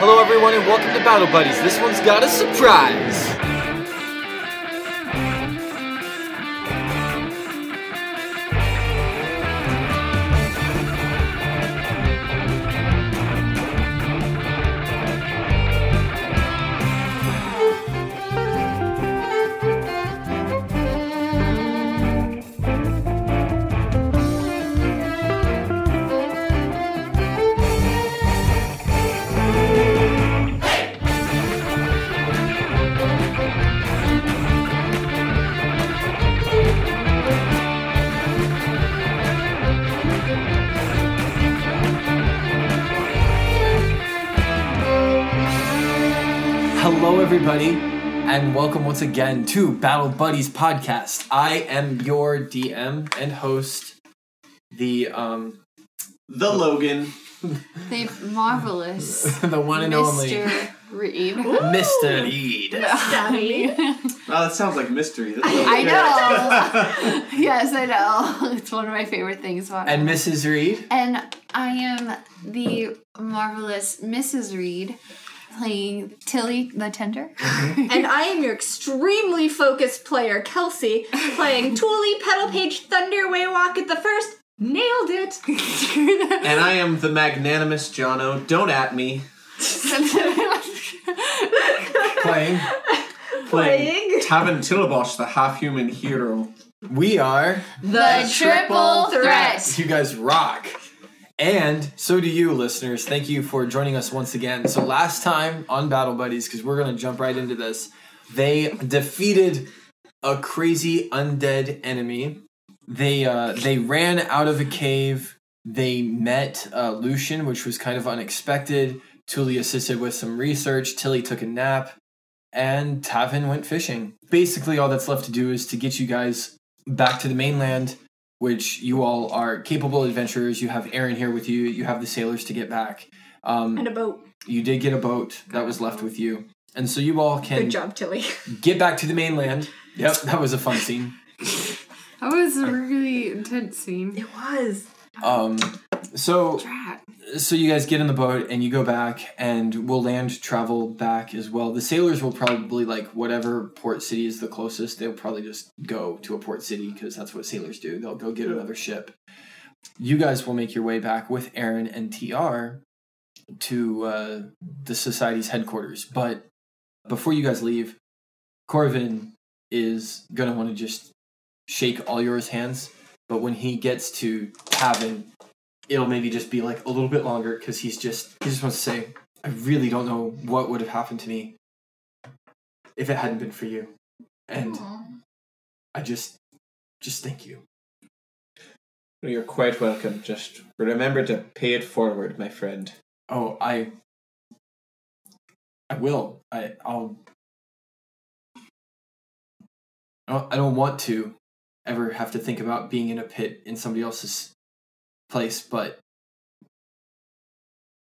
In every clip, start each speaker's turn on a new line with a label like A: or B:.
A: Hello, everyone, and welcome to Battle Buddies. This one's got a surprise. Hello, everybody, and welcome once again to Battle Buddies podcast. I am your DM and host, the um,
B: The Logan.
C: The marvelous
A: the one and only
C: Mr. Reed.
A: Mister Reed.
B: Oh, that sounds like mystery. That's
C: I know. yes, I know. It's one of my favorite things about
A: and
C: it.
A: Mrs. Reed.
C: And I am the marvelous Mrs. Reed playing Tilly the Tender.
D: And I am your extremely focused player, Kelsey, playing Tuli Pedal Page Thunder Waywalk at the first. Nailed it!
B: and I am the magnanimous Jono. Don't at me.
A: Playing.
D: Playing
B: Tavin Tillabosh, the half-human hero.
A: We are.
C: the Triple Threat.
A: You guys rock. And so do you, listeners. Thank you for joining us once again. So, last time on Battle Buddies, because we're going to jump right into this, they defeated a crazy undead enemy. They uh, they ran out of a cave. They met uh, Lucian, which was kind of unexpected. Tuli assisted with some research. Tilly took a nap, and Tavin went fishing. Basically, all that's left to do is to get you guys back to the mainland which you all are capable adventurers. You have Aaron here with you. You have the sailors to get back. Um,
D: and a boat.
A: you did get a boat that was left with you, and so you all
D: Good
A: can
D: job, Tilly.
A: get back to the mainland. Yep, that was a fun scene.
C: That was a really intense scene.
D: It was.
A: Um, so
C: Drat.
A: so you guys get in the boat and you go back, and we'll land travel back as well. The sailors will probably like whatever port city is the closest. They'll probably just go to a port city because that's what sailors do. They'll go get another ship. You guys will make your way back with Aaron and TR to uh, the society's headquarters. But before you guys leave, Corvin is gonna want to just shake all yours hands. But when he gets to Tavin, it'll maybe just be like a little bit longer because he's just he just wants to say, I really don't know what would have happened to me if it hadn't been for you. And I just just thank you.
B: You're quite welcome. Just remember to pay it forward, my friend.
A: Oh, I I will. I I'll I don't, I don't want to ever have to think about being in a pit in somebody else's place, but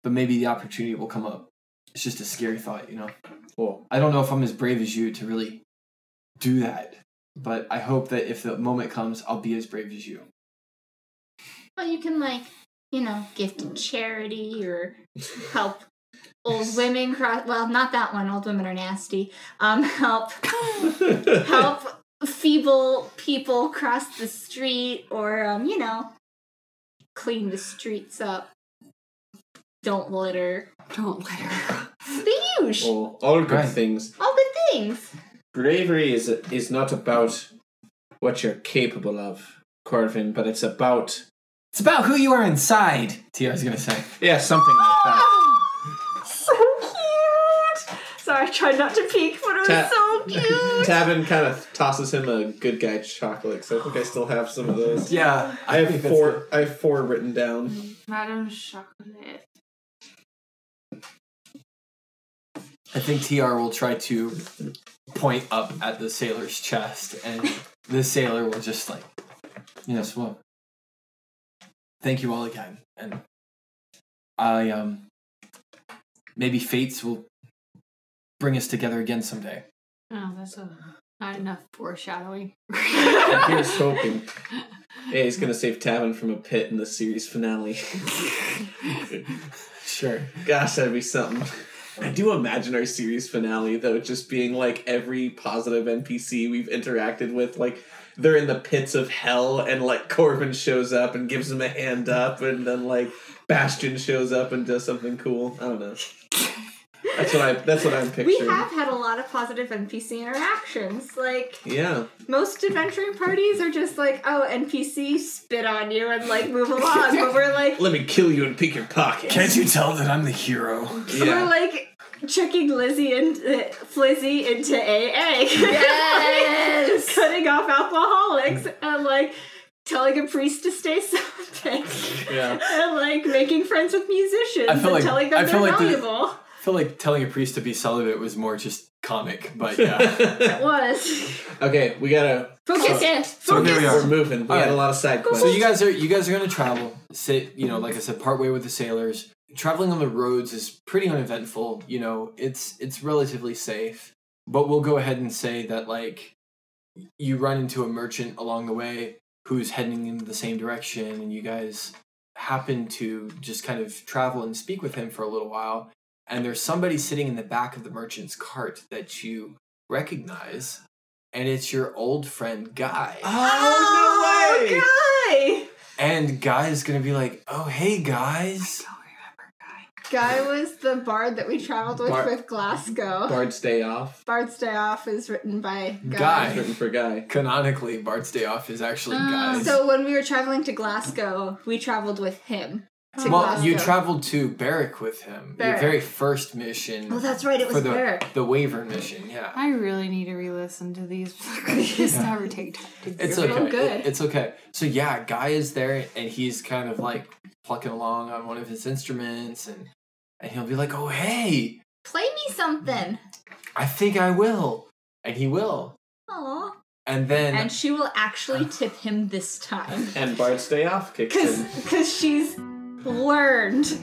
A: but maybe the opportunity will come up. It's just a scary thought, you know.
B: Oh,
A: I don't know if I'm as brave as you to really do that, but I hope that if the moment comes, I'll be as brave as you.
D: Well, you can, like, you know, gift to charity or help old women cross. Well, not that one. Old women are nasty. Um, help. help feeble people cross the street or um, you know clean the streets up don't litter
C: Don't let her.
D: the huge
B: oh, all good
A: Right.
B: things.
D: all good things
B: Bravery is is not about what you're capable of, Corvin, but it's about
A: It's about who you are inside, TR's gonna say.
B: yeah something like that.
D: Oh, so cute sorry i tried not to peek but it was
B: Ta-
D: so cute
B: Tavin kind of tosses him a good guy chocolate. So I think I still have some of those.
A: Yeah,
B: I have four. I have four written down.
C: Madame Chocolate.
A: I think TR will try to point up at the sailor's chest, and the sailor will just like, yes, well, thank you all again, and I um, maybe fates will bring us together again someday.
C: Oh, that's a, not enough foreshadowing.
B: And here's hoping. Yeah, he's gonna save Tavin from a pit in the series finale.
A: Sure.
B: Gosh, that'd be something. I do imagine our series finale though just being like every positive NPC we've interacted with, like they're in the pits of hell, and like Corbin shows up and gives them a hand up, and then like Bastion shows up and does something cool. I don't know. That's what I. That's what I'm
D: We
B: picturing.
D: have had a lot of positive NPC interactions. Like
B: yeah.
D: most adventuring parties are just like, oh, NPC spit on you and like move along. but we're like,
B: Let me kill you and pick your pocket.
A: Can't you tell that I'm the hero?
D: we're like checking Lizzie and uh, Flizzy into AA. Yes, cutting off alcoholics and like telling a priest to stay something.
B: Yeah.
D: And like making friends with musicians
A: I feel
D: and
A: like-
D: telling them
A: I feel
D: they're
A: like the-
D: valuable.
A: I feel like telling a priest to be celibate was more just comic, but yeah.
D: It was.
B: okay, we gotta.
A: Oh,
D: Focus, in.
A: so here
D: focus.
A: we are.
B: We're moving. We had a
A: Alright.
B: lot of side quests.
A: So you guys are you guys are gonna travel. Sit, you know, like I said, part way with the sailors. Traveling on the roads is pretty uneventful. You know, it's it's relatively safe. But we'll go ahead and say that like you run into a merchant along the way who's heading in the same direction, and you guys happen to just kind of travel and speak with him for a little while. And there's somebody sitting in the back of the merchant's cart that you recognize, and it's your old friend Guy.
B: Ah, Oh, no way!
D: Guy!
A: And Guy is gonna be like, oh hey guys.
D: Guy was the bard that we traveled with
B: Bar-
D: with Glasgow.
B: Bard's Day Off.
D: Bard's Day Off is written by Guy.
A: Guy.
B: It's written for Guy.
A: Canonically, Bart's Day Off is actually
C: Ah.
A: Guy.
D: So when we were traveling to Glasgow, we traveled with him. To
A: well,
D: Glasgow.
A: you traveled to Berwick with him.
D: Berwick.
A: Your very first mission
D: Oh, that's right. It
A: for
D: was Ah,
A: the
D: there.
A: the Waver mission. Yeah,
C: I really need to re-listen to these. Just never take time to do
A: it's
C: it.
A: okay.
D: Oh, good.
A: It- it's okay. So yeah, Guy is there, and he's kind of like plucking along on one of his instruments, and and he'll be like, oh hey,
D: Play me something.
A: I think I will, and he will,
D: Aww.
A: and then
D: And she will actually tip him this time.
B: And Bard's Day Off kicks
D: Cause,
B: in.
D: Cause she's learned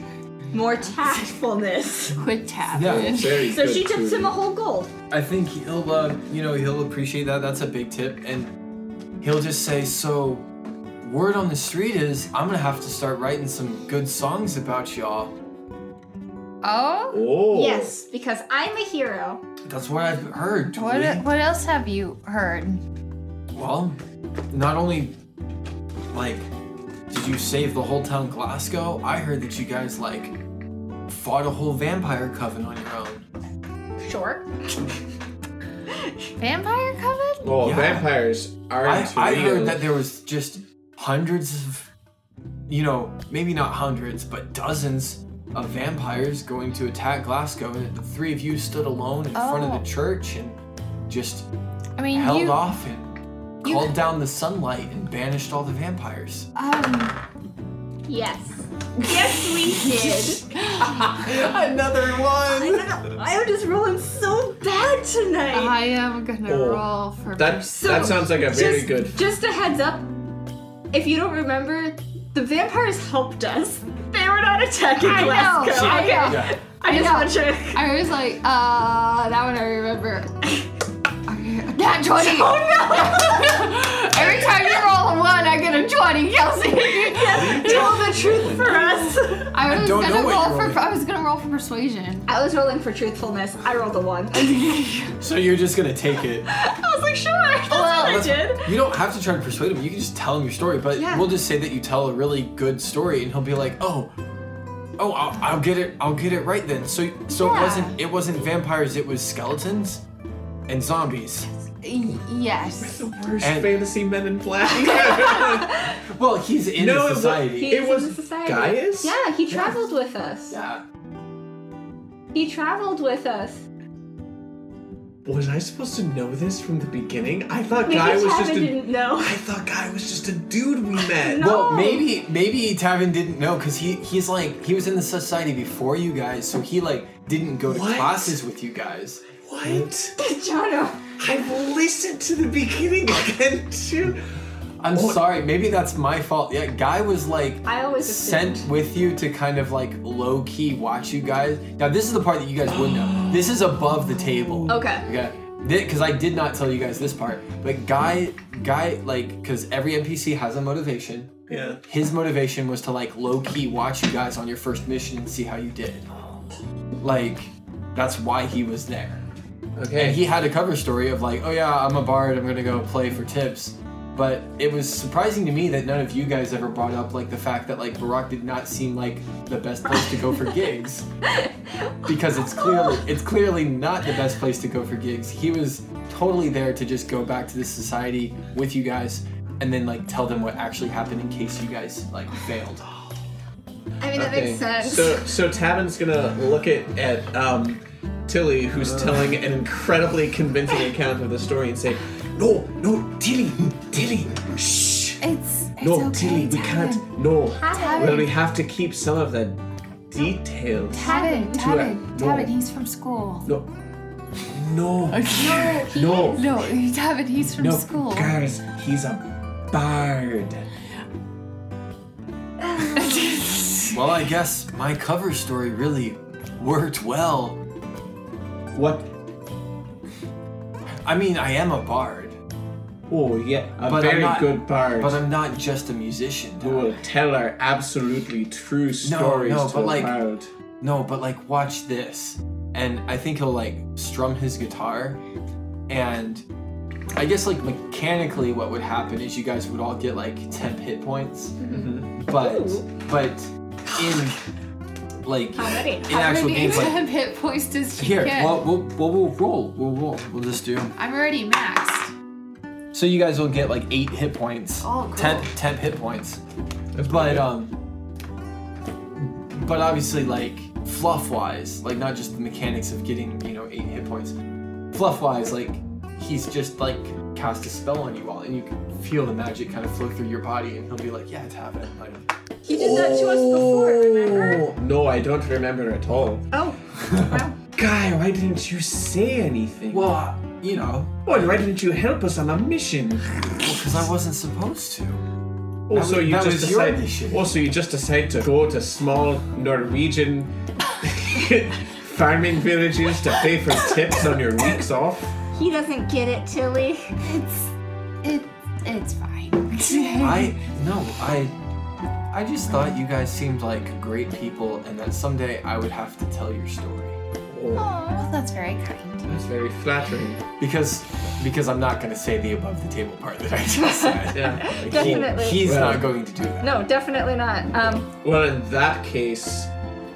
D: more tactfulness.
C: Quit
A: Yeah.
C: tapping.
B: Very
D: So
B: good
D: she tips
B: food.
D: him a whole gold.
A: I think he'll, uh, you know, he'll appreciate that. That's a big tip, and he'll just say, "So, word on the street is I'm gonna have to start writing some good songs about y'all.
C: Oh,
B: Oh.
D: Yes, because I'm a hero.
A: That's what I've heard.
C: what
A: Tweet.
C: what else have you heard?
A: well, not only like did you save the whole town Glasgow, I heard that you guys like fought a whole vampire coven on your own.
D: Sure.
C: Vampire coven?
B: Well,
A: Yeah.
B: vampires are
A: I,
B: into
A: I
B: real.
A: heard that there was just hundreds of, you know, maybe not hundreds, but dozens of vampires going to attack Glasgow, and the three of you stood alone in front of
C: Oh.
A: the church and just
C: I mean,
A: held
C: you
A: off and
C: you-
A: called down the sunlight and banished all the vampires.
C: um.
D: Yes. Yes, we did.
A: Another one.
D: I'm just rolling so bad tonight.
C: I am gonna
B: Oh,
C: roll for
B: That,
C: pers-
B: that sounds like a very
D: just,
B: good.
D: Just a heads up, if you don't remember, the vampires helped us. They were not attacking
C: I know,
D: Glasgow.
C: I
D: okay.
C: know.
A: Yeah.
D: I
C: I know.
D: just want to.
C: I was like, uh, that one I remember. Okay, Nat 20! Oh no! Every time you roll a one, I get a 20, Kelsey!
D: Tell the truth for us.
C: I was
A: don't
C: gonna
A: know what
C: roll
A: you're
C: for
A: rolling.
C: I was gonna roll for persuasion.
D: I was rolling for truthfulness. I rolled a one.
A: So you're just gonna take it.
D: I was like, sure. That's what I
A: That's
D: did.
A: fine. You don't have to try to persuade him. You can just tell him your story. But
D: Yeah.
A: we'll just say that you tell a really good story, and he'll be like, "Oh, oh, I'll, I'll get it. I'll get it right then." So, so
C: Yeah.
A: it wasn't it wasn't vampires. It was skeletons and zombies.
C: Y- yes.
B: Worst
A: And-
B: fantasy men in black.
A: Well, he's in
B: No, it
A: the
B: was-
A: society.
B: It
D: He's
B: was
D: in the society.
B: Gaius?
D: Yeah, he traveled with us.
A: yeah.
D: He traveled with us.
B: was I supposed to know this from the beginning? I thought
D: Maybe
B: Guy was
D: Tavin
B: just a.
D: didn't know.
B: I thought Guy was just a dude we met.
D: No.
A: Well, maybe maybe Tavin didn't know because he he's like he was in the society before you guys, so he like didn't go to
B: What?
A: classes with you guys.
B: What?
D: Jono.
B: I've listened to the beginning again too.
A: I'm
B: What?
A: sorry. Maybe that's my fault. Yeah, guy was like
D: I always assumed.
A: sent with you to kind of like low key watch you guys. Now this is the part that you guys wouldn't know. This is above the table.
D: Okay.
A: Okay. Because I did not tell you guys this part, but guy, guy, like, because every NPC has a motivation.
B: Yeah.
A: His motivation was to like low key watch you guys on your first mission and see how you did. Like, That's why he was there.
B: Okay.
A: And he had a cover story of like, oh yeah, I'm a bard, I'm gonna go play for tips. But it was surprising to me that none of you guys ever brought up like the fact that like Barack did not seem like the best place to go for gigs. Because it's clearly it's clearly not the best place to go for gigs. He was totally there to just go back to the society with you guys and then like tell them what actually happened in case you guys like failed.
D: I mean, that makes sense.
B: So so Tavin's gonna look at at um, Tilly, who's
A: Uh.
B: telling an incredibly convincing account of the story, and say, "No, no, Tilly, Tilly, shh,
D: it's, it's
B: no,
D: okay,
B: Tilly, we
D: Tavin.
B: can't, no,
E: Tavin.
B: well, we have to keep some of the details."
D: Tavin, Tavin,
B: Tavin, no.
D: Tavin, he's from school.
B: No, no,
D: No,
B: no,
D: no, Tavin, he's from
B: no,
D: school.
B: guys, he's a bard.
A: Well, I guess my cover story really worked well.
B: What?
A: I mean, I am a bard,
B: Oh yeah, a
A: But I'm
B: very
A: not-
B: good bard.
A: but I'm not just a musician.
B: who will tell our absolutely true stories
A: no,
B: to
A: but
B: the
A: like-
B: world.
A: No, but like, watch this. And I think he'll like strum his guitar. And I guess, like, mechanically, what would happen is you guys would all get like 10 hit points. But, but in like,
E: How many?
A: in
D: How
A: actual
D: many
A: games, like,
D: temp hit points does he
A: here,
D: get?
A: well, we'll, we'll, we'll roll. We'll roll. We'll just do.
D: I'm already maxed.
A: So you guys will get like eight hit points.
D: Oh, cool.
A: Temp, temp hit points. But um, but obviously, like fluff wise, like not just the mechanics of getting you know eight hit points. Fluff wise, like he's just like cast a spell on you all, and you can feel the magic kind of flow through your body, and he'll be like, "Yeah, tap it." Like,
E: He did that to us before, remember?
B: Oh, No, I don't remember at all.
E: Oh, wow.
B: Guy, why didn't you say anything?
A: well, I- you know,
B: Well, why didn't you help us on a mission?
A: because I wasn't supposed to.
B: Also,
A: was-
B: you
A: that
B: just
A: was your
B: decide.
A: mission.
B: Also, you just decide to go to small Norwegian farming villages to pay for tips on your weeks off.
E: He doesn't get it, Tilly.
D: It's it it's fine.
A: I no, I I just thought you guys seemed like great people, and that someday I would have to tell your story.
B: Oh,
D: well, that's very kind.
B: that's very flattering.
A: Because because I'm not gonna say the above the table part that I just said.
B: Yeah.
A: He-
E: Definitely.
A: he's
B: Well-
A: not going to do that.
E: No, definitely not. Um,
B: Well, in that case,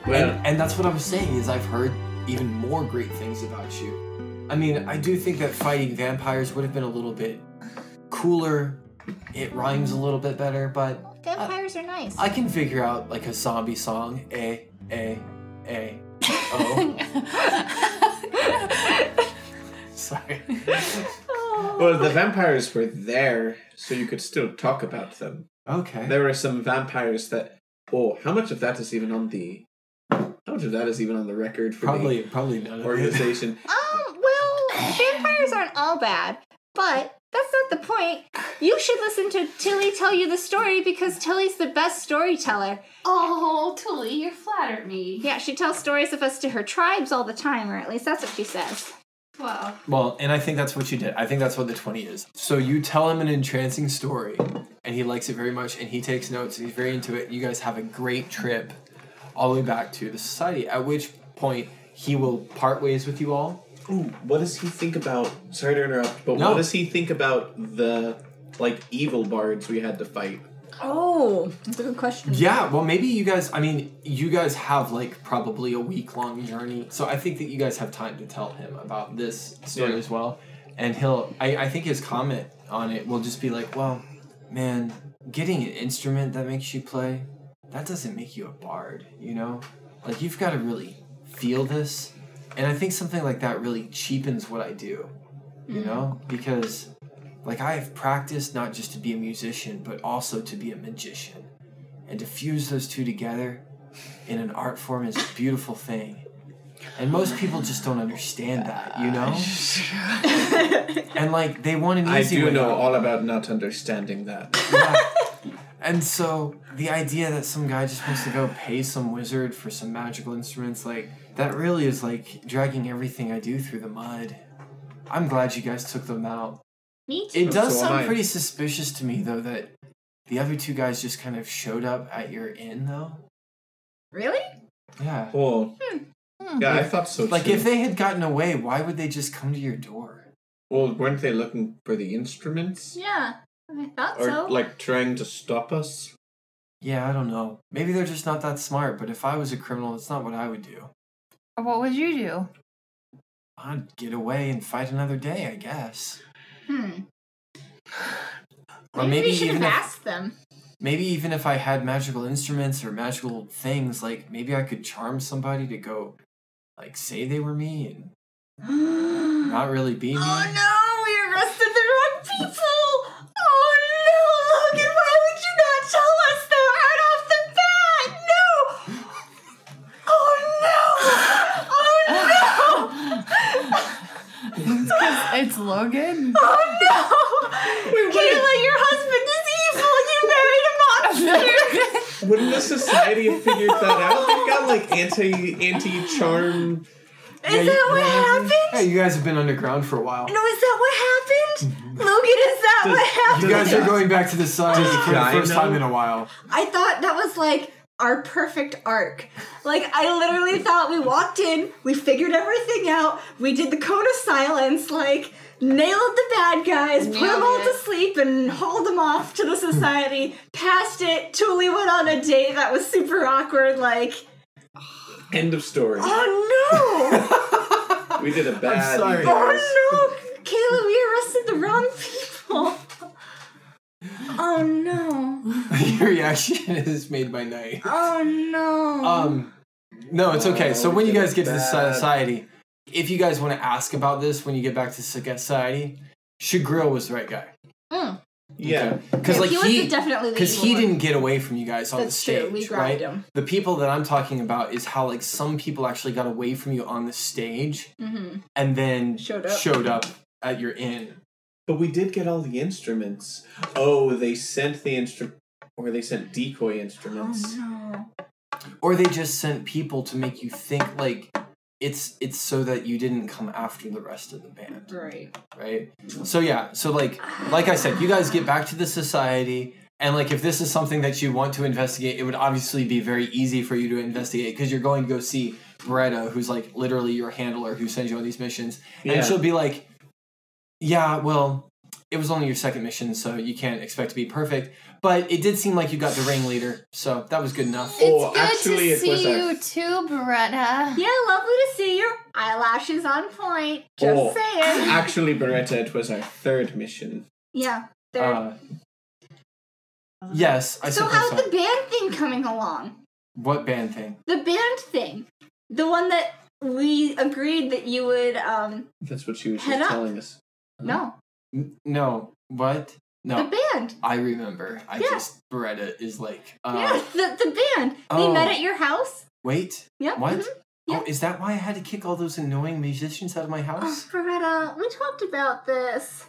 B: well,
A: And, and that's what I'm saying is I've heard even more great things about you. I mean, I do think that fighting vampires would have been a little bit cooler. It rhymes a little bit better, but
E: vampires are nice.
A: I can figure out like a zombie song. A A A O. Sorry.
B: well, the vampires were there, so you could still talk about them.
A: Okay.
B: There were some vampires that. Oh, how much of that is even on the? How much of that is even on the record for
A: Probably probably none
B: the
A: of it.
B: organization?
E: Um, well, vampires aren't all bad, but that's not the point. You should listen to Tilly tell you the story because Tilly's the best storyteller.
D: oh, Tully, you flattered me.
E: Yeah, she tells stories of us to her tribes all the time, or at least that's what she says.
D: Well,
A: Well, and I think that's what you did. I think that's what the 20 is. So you tell him an entrancing story, and he likes it very much, and he takes notes, and he's very into it. You guys have a great trip all the way back to the society, at which point he will part ways with you all.
B: Ooh, what does he think about? Sorry to interrupt, but
A: No.
B: what does he think about the like evil bards we had to fight?
E: Oh, that's a good question.
A: Yeah, well, maybe you guys, I mean, you guys have like probably a week long journey. So I think that you guys have time to tell him about this story
B: Yeah.
A: as well. And he'll, I, I think his comment on it will just be like, well, man, getting an instrument that makes you play, that doesn't make you a bard, you know? Like, you've got to really feel this. And I think something like that really cheapens what I do, you know? Because, like, I have practiced not just to be a musician, but also to be a magician and to fuse those two together in an art form is a beautiful thing. And most people just don't understand that, you know? and like they want an
B: I
A: easy
B: do
A: way
B: know
A: out.
B: all about not understanding that.
A: And so the idea that some guy just wants to go pay some wizard for some magical instruments, like that really is like dragging everything I do through the mud. I'm glad you guys took them out.
E: Me too.
A: It does
B: So am
A: sound
B: I.
A: pretty suspicious to me though that the other two guys just kind of showed up at your inn though.
E: Really? Hmm.
A: Yeah.
B: Oh,
C: Yeah, I thought so too.
A: Like if they had gotten away, why would they just come to your door?
B: Well, weren't they looking for the instruments?
E: Yeah, I thought
B: Or
E: so.
B: like trying to stop us?
A: Yeah, I don't know. Maybe they're just not that smart. But if I was a criminal, that's not what I would do.
D: What would you do?
A: I'd get away and fight another day, I guess.
E: hmm.
A: Or
E: maybe,
A: maybe
E: we should have
A: even if-
E: asked them.
A: Maybe even if I had magical instruments or magical things, like maybe I could charm somebody to go, like say they were me and
E: oh
A: not really be me.
E: no, we arrested the wrong people! Oh no, Logan, why would you not tell us though right off the bat? No! Oh no! Oh no!
D: It's Logan.
E: Oh no! Kayla, your husband is evil and you married a monster!
B: Wouldn't the society have figured that out? They've got like anti anti charm.
E: is that what happened?
A: Hey, you guys have been underground for a while.
E: No, is that what happened? Logan, is that
B: Does-
E: what
A: You
E: happened?
A: guys are going back to the sun for the
B: Guy
A: first time
B: know?
A: in a while.
E: I thought that was like our perfect arc. Like, I literally thought we walked in, we figured everything out, we did the cone of silence, like, nailed the bad guys, put them all to
D: Nailed it.
E: sleep, and hauled them off to the society, passed it, Tuli went on a date that was super awkward, like,
B: End of story.
E: oh no!
B: We did a bad.
A: sorry.
E: Oh no, Caleb, we arrested the wrong people. Oh no.
A: Your reaction is made by night.
E: Oh no.
A: Um, no, it's okay. So
B: Oh,
A: when you
B: good
A: guys get to the
B: bad.
A: society, if you guys want to ask about this when you get back to society, Shagrill was the right guy.
B: Yeah.
A: Because like
E: he was
A: he,
E: definitely the
A: because
E: evil
A: he
E: one.
A: didn't get away from you guys on
E: That's
A: the
E: true,
A: stage,
E: we grabbed
A: right?
E: him.
A: The people that I'm talking about is how like some people actually got away from you on the stage
E: Mhm.
A: and then
E: Showed up.
A: showed up at your inn.
B: But we did get all the instruments. Oh, they sent the instrument, or they sent decoy instruments.
E: Oh, No.
A: or they just sent people to make you think like it's it's so that you didn't come after the rest of the band
E: Right.
A: right so yeah so like like i said you guys get back to the society and like if this is something that you want to investigate it would obviously be very easy for you to investigate because you're going to go see Beretta, who's like literally your handler who sends you on these missions
B: Yeah.
A: and she'll be like yeah well it was only your second mission so you can't expect to be perfect but it did seem like you got the ringleader so that was good enough
B: Oh,
D: it's good
B: actually, it
D: to
B: was
D: see
B: our-
D: you too, Beretta.
E: Yeah, lovely to see your eyelashes on point. Just
B: Oh.
E: saying.
B: Actually, Beretta, it was our third mission.
E: Yeah. they're-
A: Uh, yes, I
E: Uh, so
A: suppose
E: how's
A: so.
E: the band thing coming along?
A: what band thing?
E: The band thing. The one that we agreed that you would um
B: That's what she was
E: Head
B: just
E: up.
B: telling us.
E: no.
A: N- no, what? No,
E: The band.
A: I remember. I
E: Yeah.
A: just Beretta is like. Uh,
E: yeah, the, the band.
A: oh.
E: They met at your house.
A: Wait,
E: Yep.
A: what?
E: mhm. yeah.
A: Oh, is that why I had to kick all those annoying musicians out of my
E: Oh,
A: house?
E: Beretta, we talked about this.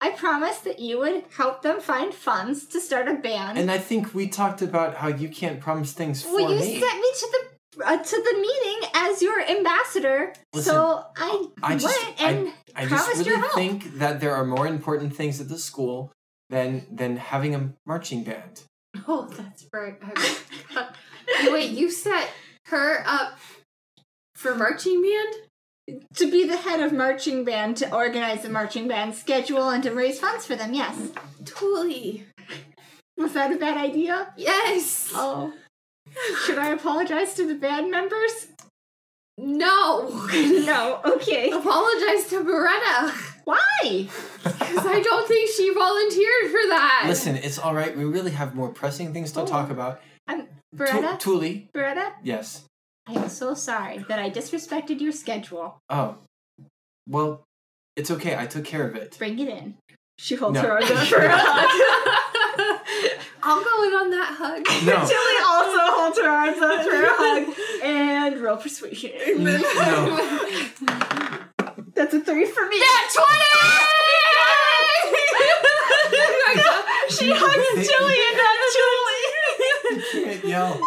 E: I promised that you would help them find funds to start a band.
A: And I think we talked about how you can't promise things for
E: well, you
A: me.
E: sent me to the uh, to the meeting as your ambassador, so I,
A: I just-
E: went
A: I-
E: and
A: I just
E: promised
A: really
E: your help.
A: think that there are more important things at the school than than having a marching band.
C: Oh, that's right.
D: Wait, you set her up for marching band?
E: to be the head of marching band to organize the marching band schedule and to raise funds for them. Yes,
C: Totally.
E: was that a bad idea?
C: Yes.
E: Oh, should I apologize to the band members?
C: No.
E: no. Okay.
C: Apologize to Beretta
E: Why?
C: because I don't think she volunteered for that.
A: Listen, it's all right. We really have more pressing things
E: Oh,
A: to talk about.
E: Beretta.
A: Tu- Tuli,
E: Beretta.
A: yes.
E: I am so sorry that I disrespected your schedule.
A: Oh. Well, it's okay. I took care of it.
E: Bring it in. She holds
A: No.
E: her arms up for a hug.
C: I'll go in on that hug.
A: No.
E: Tilly also holds her arms up for a hug. And roll persuasion.
A: N- no.
E: That's a three for me. she hugs Tilly and not Tilly.
A: Can't yell.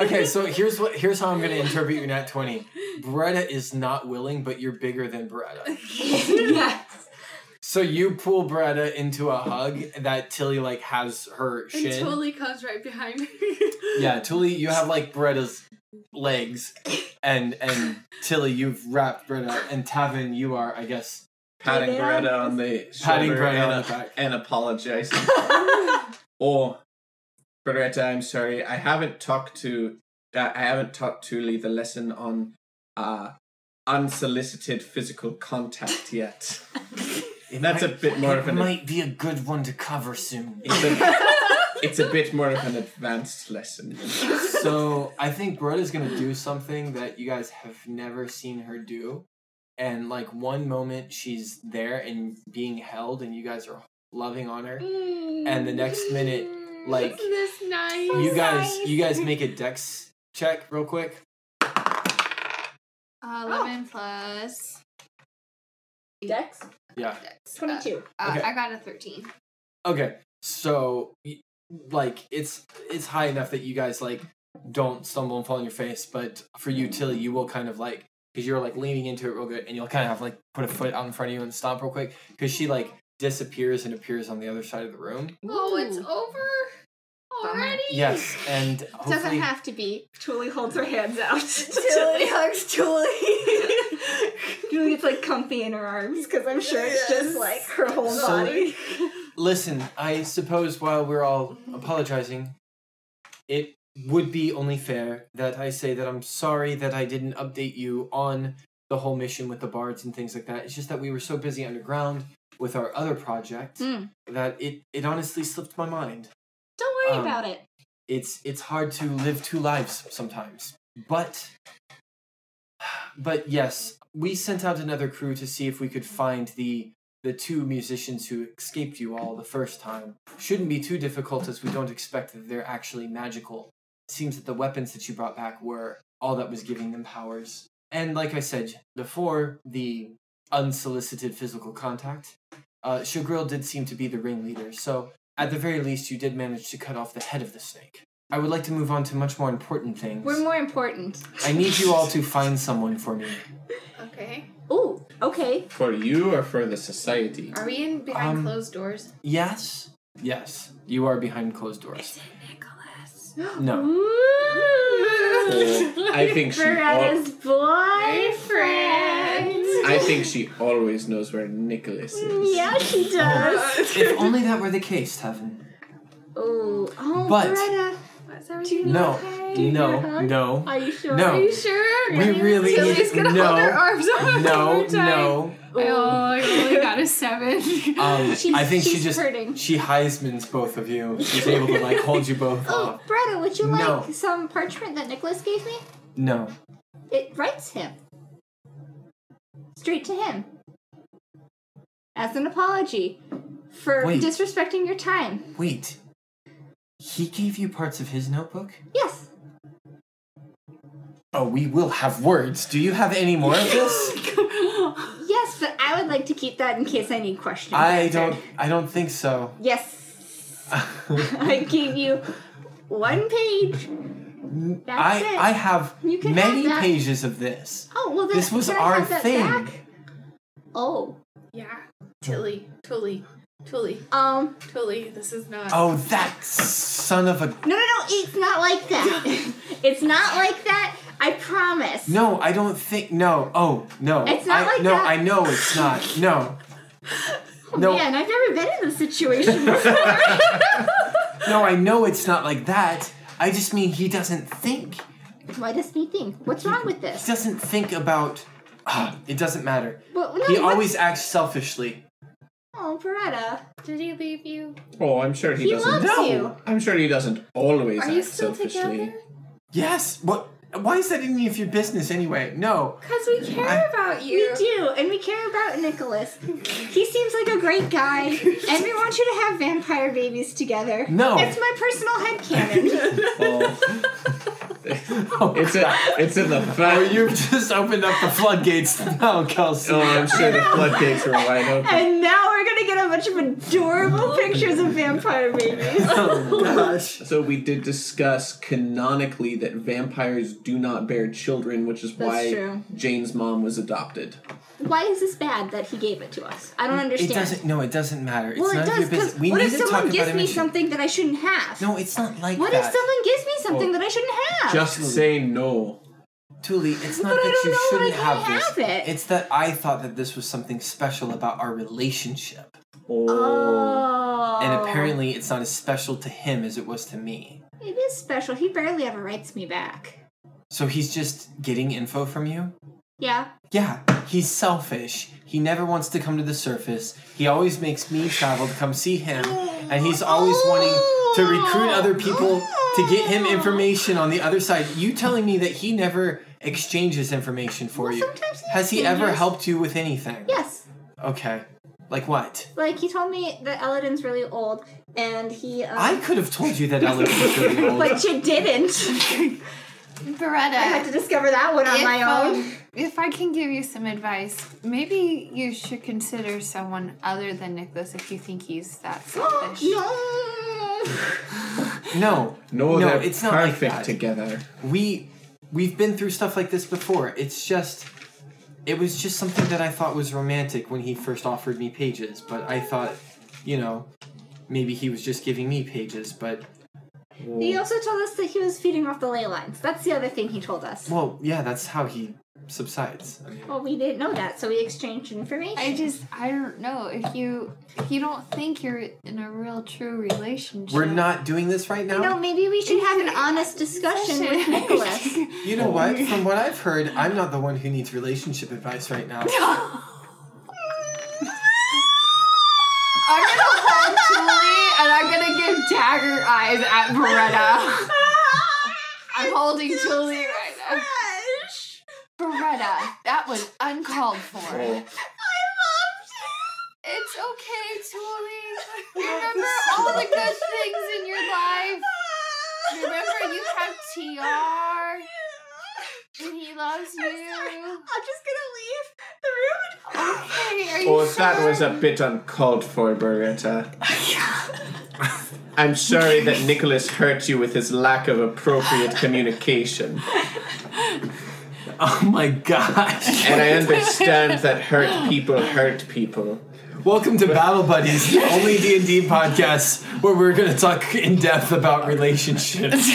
A: Okay, so here's what here's how I'm gonna interpret your nat 20. Beretta is not willing, but you're bigger than Beretta.
E: yes.
A: So you pull Beretta into a hug that Tilly like has her
C: And
A: shin.
C: totally comes right behind me.
A: Yeah, Tilly, you have like Beretta's legs, and and Tilly, you've wrapped Bretta, and Tavin, you are, I guess,
B: patting
C: Yeah.
B: Greta on the
A: patting
B: shoulder
A: Bretta
B: and,
A: on the back.
B: and apologizing. or Beretta, I'm sorry, I haven't talked to uh, I haven't taught Thule the lesson on uh, unsolicited physical contact yet. That's a bit more of
A: It
B: an
A: might be a good one to cover soon.
B: it's a, it's a bit more of an advanced lesson.
A: so I think Broda's gonna do something that you guys have never seen her do. And like one moment she's there and being held and you guys are loving on her. And the next minute, like
C: Isn't this Mm. nice?
A: you guys you guys make a dex check real quick.
D: Uh, 11 plus.
E: Dex
A: Yeah.
D: Six. Uh,
E: twenty-two.
D: uh,
A: Okay.
D: I got a 13.
A: Okay, so y- like it's it's high enough that you guys like don't stumble and fall on your face, but for you, Tilly, you will kind of like because you're like leaning into it real good, and you'll kind of have like put a foot out in front of you and stomp real quick because she like disappears and appears on the other side of the room.
C: Oh, it's
E: Ooh.
C: over already.
A: Yes, and hopefully
E: Doesn't have to be. Tuli holds her hands out.
C: Tilly
E: hugs Tuli. Tuli gets like comfy in her arms because I'm sure it's just like her whole
A: So-
E: body.
A: Listen, I suppose while we're all apologizing, it would be only fair that I say that I'm sorry that I didn't update you on the whole mission with the bards and things like that. It's just that we were so busy underground with our other project
E: Hmm.
A: that it, it honestly slipped my mind.
E: Don't worry
A: Um,
E: about it.
A: It's it's hard to live two lives sometimes. But but yes, we sent out another crew to see if we could find the the two musicians who escaped you all the first time shouldn't be too difficult as we don't expect that they're actually magical. seems that the weapons that you brought back were all that was giving them powers. And like I said before, the unsolicited physical contact, uh, Shagril did seem to be the ringleader, so at the very least, you did manage to cut off the head of the snake. I would like to move on to much more important things.
E: We're more important.
A: I need you all to find someone for me.
C: Okay.
E: Ooh, okay.
B: For you or for the society?
C: Are we in behind
A: Um,
C: closed doors?
A: Yes? Yes. You are behind closed doors.
C: Nicholas.
A: No.
E: Ooh.
B: Or- I think she. Al-
E: Beretta's boyfriend.
B: I think she always knows where Nicholas is.
E: Yeah, she does.
A: If only that were the case, Heaven.
E: Ooh. Oh,
A: But-
E: Beretta.
C: What's everything?
A: No,
E: you
A: no,
E: need a hug?
A: no,
E: Are you sure?
A: No.
C: Are you sure?
A: We really
C: Tilly's
A: need-
C: gonna hold her
A: no,
C: arms up
A: no,
C: every time.
A: no.
C: Oh, I only got a seven.
A: Um,
E: She's-
A: I think she
E: she's
A: just
E: hurting.
A: she Heisman's both of you. She's able to like hold you both
E: Oh,
A: up.
E: Bretta, would you
A: No.
E: like some parchment that Nicholas gave me?
A: No,
E: It writes him. Straight to him. As an apology for
A: Wait.
E: disrespecting your time.
A: wait. He gave you parts of his notebook.
E: Yes.
A: Oh, we will have words. Do you have any more of this?
E: Yes, but I would like to keep that in case I need questions.
A: I
E: answered.
A: don't. I don't think so.
E: Yes. I gave you one page.
A: I
E: That's it.
A: I have
E: You can
A: many
E: have that.
A: pages of this.
E: Oh well, then,
A: This was
E: can I
A: our
E: have that
A: thing.
E: Back? Oh,
C: yeah. Tilly, Tully, Tully,
E: um,
C: Tully. This is not.
A: Oh, that son of a
E: no, no, no, it's not like that. it's not like that. I promise.
A: No, I don't think. No. Oh no.
E: It's not
A: I,
E: like
A: No,
E: that.
A: I know it's not. No. No,
E: Man, I've never been in this situation before.
A: no, I know it's not like that. I just mean he doesn't think.
E: Why does he think? What's wrong
A: He
E: with this?
A: doesn't think about. Ah, it doesn't matter.
E: Well, no,
A: He
E: what-
A: always acts selfishly.
E: Oh, Beretta.
C: Did he leave you?
B: Oh, I'm sure he,
E: He
B: doesn't.
E: loves
A: No.
E: you.
B: I'm sure he doesn't always
C: Are
B: act
C: you still
B: selfishly.
C: together?
A: Yes. What? Why is that any of your business anyway? No.
C: Because we care
A: I-
C: about you.
E: We do, and we care about Nicholas. He seems like a great guy, and we want you to have vampire babies together.
A: No.
E: That's my personal headcanon.
B: Oh. it's a, it's in the
A: Oh,
B: fact.
A: you've just opened up the floodgates now, Kelsey.
B: Oh, I'm sure the floodgates are wide open.
E: and now we're gonna get a bunch of adorable pictures of vampire babies.
A: Oh, gosh.
B: So we did discuss canonically that vampires do not bear children, which is why
E: true.
B: Jane's mom was adopted.
E: why is this bad that he gave it to us? I don't understand.
A: It doesn't. No, it doesn't matter. It's
E: well, it
A: none of
E: does
A: your
E: because
A: business. We
E: what
A: need
E: if
A: to talk
E: someone
A: about
E: gives me
A: emotion.
E: something that I shouldn't have?
A: No, it's Oh. not like
E: What
A: that.
E: if someone gives me something
B: Well,
E: that I shouldn't have?
B: Just say no.
A: Tuli, it's not
E: But I
A: that
E: don't
A: you
E: know that I
A: shouldn't
E: can't
A: have this.
E: have it.
A: It's that I thought that this was something special about our relationship.
B: Oh.
E: oh.
A: And apparently it's not as special to him as it was to me.
E: it is special. He barely ever writes me back.
A: So he's just getting info from you?
E: Yeah.
A: Yeah, he's selfish. He never wants to come to the surface. He always makes me travel to come see him. And he's always wanting to recruit other people to get him information on the other side. You telling me that he never exchanges information for
E: Well,
A: you.
E: sometimes he
A: Has he ever
E: exchanges.
A: helped you with anything?
E: Yes.
A: Okay. Like what?
E: Like he told me that Eladin's really old, and he. Um,
A: I could have told you that Alex was really old.
E: But you didn't.
C: Beretta.
E: I had to discover that one on
C: if,
E: my own.
C: um, if I can give you some advice, maybe you should consider someone other than Nicholas if you think he's that selfish.
A: no,
B: No,
A: no,
B: they're
A: it's not like
B: perfect
A: that.
B: together.
A: We we've been through stuff like this before. It's just it was just something that I thought was romantic when he first offered me pages, but I thought, you know, maybe he was just giving me pages, but
E: He also told us that he was feeding off the ley lines. That's the other thing he told us.
A: well, yeah, that's how he subsides. I mean,
E: Well, we didn't know that, so we exchanged information.
C: I just I don't know if you if you don't think you're in a real true relationship.
A: we're not doing this right now.
E: No, maybe we should have an honest discussion with Nicholas.
A: You know what? From what I've heard, I'm not the one who needs relationship advice right now.
C: Oh, I'm gonna hold Julie and I'm gonna give dagger eyes at Beretta. I'm holding Julie right now. Beretta, that was uncalled for.
B: Oh.
C: It's okay, Julie. Remember all the good things in your life. Remember you have TR. And he loves you.
E: I'm just gonna leave the room.
C: Okay, are you
B: Well, that
C: sure?
B: was a bit uncalled for, Beretta. I'm sorry that Nicholas hurt you with his lack of appropriate communication.
A: Oh my gosh.
B: And I understand that hurt people hurt people.
A: Welcome to Battle Buddies, the only D and D podcast where we're going to talk in depth about relationships.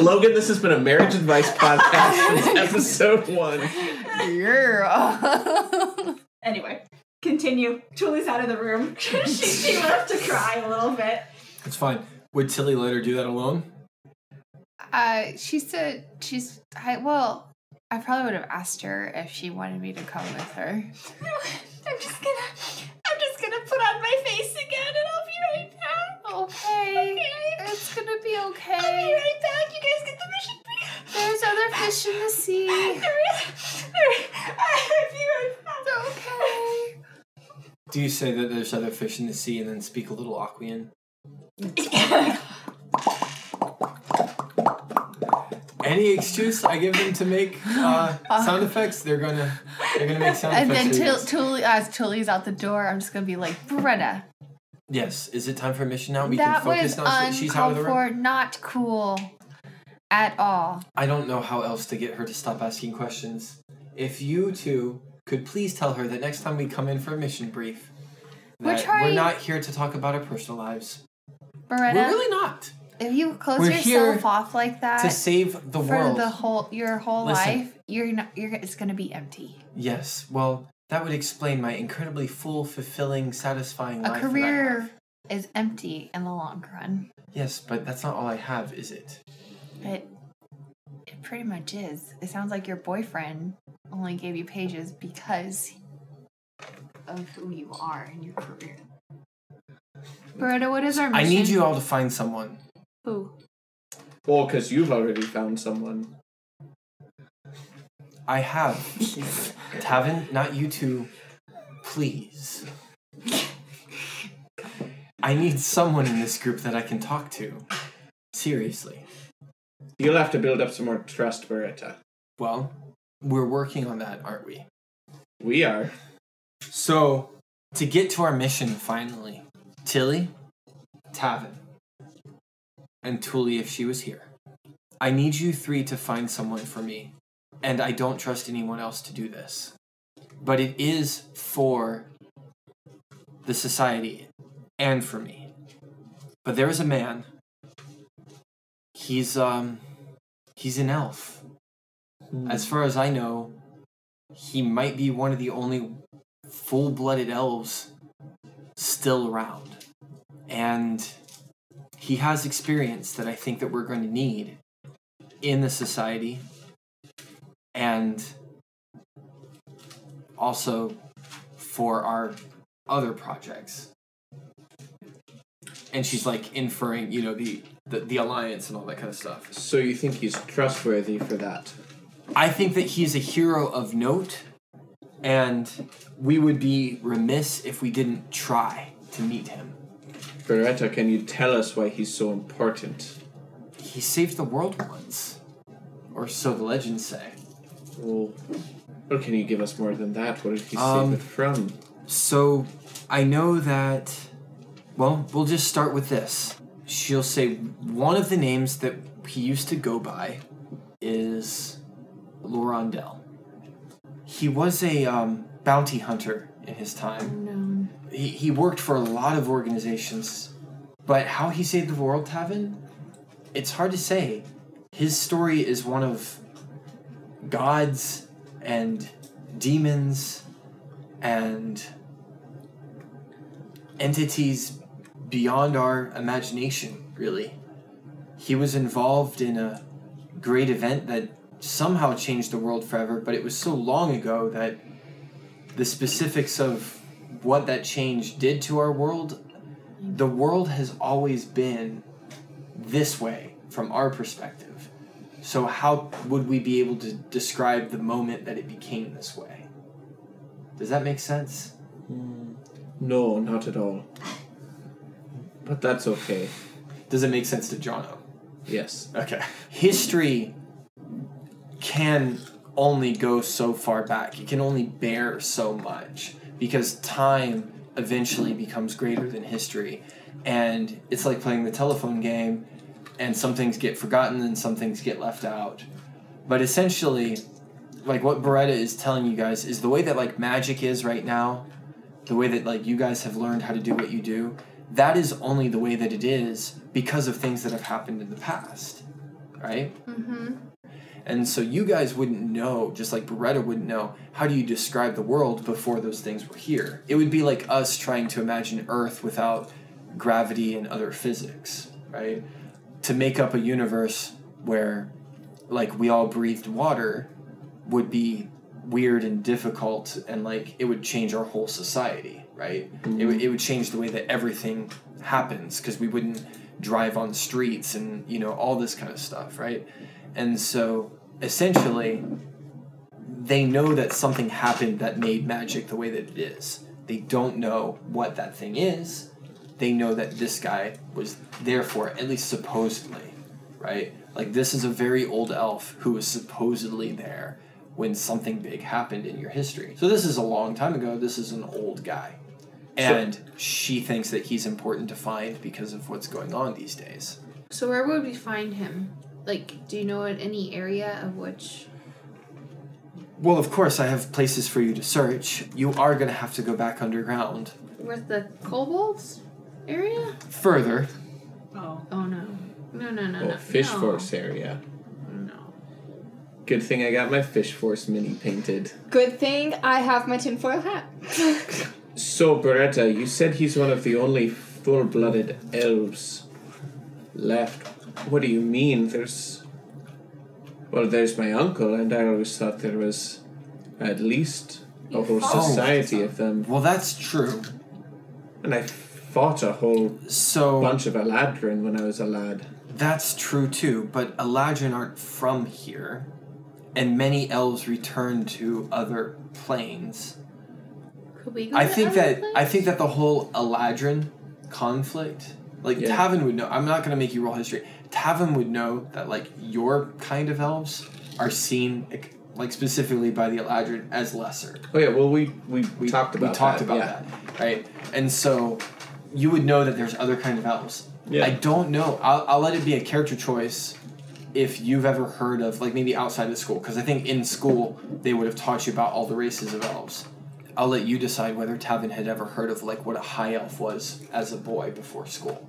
B: Logan, this has been a marriage advice podcast since episode one.
E: Anyway, continue. Julie's out of the room. she, she left to cry a little bit.
A: It's fine. Would Tilly let her do that alone?
C: Uh, she said she's. I well, I probably would have asked her if she wanted me to come with her.
E: I'm just gonna, I'm just gonna put on my face again, and I'll be right back.
C: Okay. It's gonna be okay.
E: right back. You guys get the mission.
C: There's other fish in the sea. Okay.
A: Do you say that there's other fish in the sea and then speak a little Aquian? Any excuse I give them to make uh, sound effects, they're gonna they're gonna make sound
C: And then
A: effects.
C: Til- Tuli, as Tully's out the door, I'm just gonna be like, Beretta,
A: yes, is it time for a mission now? We
C: that
A: can
C: was
A: focus now that she's out of
C: uncalled
A: the room.
C: for, not cool at all.
A: I don't know how else to get her to stop asking questions. If you two could please tell her that next time we come in for a mission brief, that
C: We're
A: we're,
C: trying-
A: not here to talk about our personal lives.
C: Beretta,
A: We're really not.
C: if you close
A: We're here
C: yourself off like that
A: To save the
C: for
A: world.
C: the whole your whole
A: Listen.
C: life, you're not. You're it's gonna be empty.
A: yes, well, that would explain my incredibly full, fulfilling, satisfying
C: A
A: life. that I
C: career
A: have.
C: is empty in the long run.
A: Yes, but that's not all I have, is it?
C: It it pretty much is. It sounds like your boyfriend only gave you pages because of who you are and your career. Beretta, what is our
A: I
C: mission?
A: need you all to find someone.
C: Who?
B: Well, because you've already found someone.
A: I have. Tavin, not you two. Please. I need someone in this group that I can talk to. Seriously.
B: You'll have to build up some more trust, Beretta.
A: Well, we're working on that, aren't we?
B: We are.
A: So, to get to our mission finally, Tilly, Tavin, and Tuli, if she was here, I need you three to find someone for me, and I don't trust anyone else to do this. but it is for the society and for me. But there is a man. He's um he's an elf. As far as I know, he might be one of the only full-blooded elves still around. And he has experience that I think that we're going to need in the society and also for our other projects. And she's like inferring, you know, the, the the alliance and all that kind of stuff.
B: So you think he's trustworthy for that?
A: I think that he's a hero of note, and we would be remiss if we didn't try to meet him.
B: Beretta, can you tell us why he's so important?
A: He saved the world once, or so the legends say.
B: Well, or can you give us more than that? What did he
A: Um,
B: save it from?
A: So I know that. Well, we'll just start with this. She'll say one of the names that he used to go by is Lorondel. He was a um, bounty hunter in his time. He, he worked for a lot of organizations, but how he saved the World Tavern, it's hard to say. His story is one of gods and demons and entities beyond our imagination, really. He was involved in a great event that somehow changed the world forever, but it was so long ago that the specifics of what that change did to our world, the world has always been this way from our perspective. So, how would we be able to describe the moment that it became this way? Does that make sense?
B: No, not at all. But that's okay.
A: Does it make sense to Jono?
B: Yes.
A: Okay. History can only go so far back. It can only bear so much because time eventually becomes greater than history. And it's like playing the telephone game, and some things get forgotten and some things get left out. But essentially, like what Beretta is telling you guys is the way that like magic is right now, the way that like you guys have learned how to do what you do, that is only the way that it is because of things that have happened in the past, right? Mm-hmm. And so you guys wouldn't know, just like Beretta wouldn't know, how do you describe the world before those things were here? It would be like us trying to imagine Earth without gravity and other physics, right? To make up a universe where, like, we all breathed water would be weird and difficult and like it would change our whole society right it, would, it would change the way that everything happens because we wouldn't drive on streets and you know all this kind of stuff right and so essentially they know that something happened that made magic the way that it is they don't know what that thing is they know that this guy was there for it, at least supposedly right? Like this is a very old elf who was supposedly there when something big happened in your history. So this is a long time ago. This is an old guy. And she thinks that he's important to find because of what's going on these days.
C: So where would we find him? Like, do you know in any area of which?
A: Well, of course, I have places for you to search. You are going to have to go back underground
C: Where's the kobolds area?
A: further.
F: Oh.
C: Oh no, no, no, no,
B: Oh,
C: no.
B: fish
C: no.
B: force area.
C: No.
B: Good thing I got my fish force mini painted.
E: Good thing I have my tinfoil hat.
B: So, Beretta, you said he's one of the only full blooded elves left. What do you mean? There's. Well, there's my uncle, and I always thought there was at least a whole
A: fought.
B: society of them.
A: Well, that's true.
B: And I fought a whole
A: So
B: bunch of Aladrin when I was a lad.
A: That's true too, but Eladrin aren't from here, and many elves return to other planes.
C: Could we go
A: I
C: to
A: think
C: other
A: that
C: place?
A: I think that the whole Eladrin conflict, like
B: Yeah.
A: Tavin would know. I'm not gonna make you roll history. Tavin would know that like your kind of elves are seen like- like specifically by the Eladrin as lesser.
B: Oh, yeah, well, we, we, we talked about
A: we talked
B: that.
A: about
B: yeah.
A: that, right? And so you would know that there's other kind of elves.
B: Yeah.
A: I don't know. I'll, I'll let it be a character choice if you've ever heard of like maybe outside of school because I think in school they would have taught you about all the races of elves. I'll let you decide whether Tavin had ever heard of like what a high elf was as a boy before school.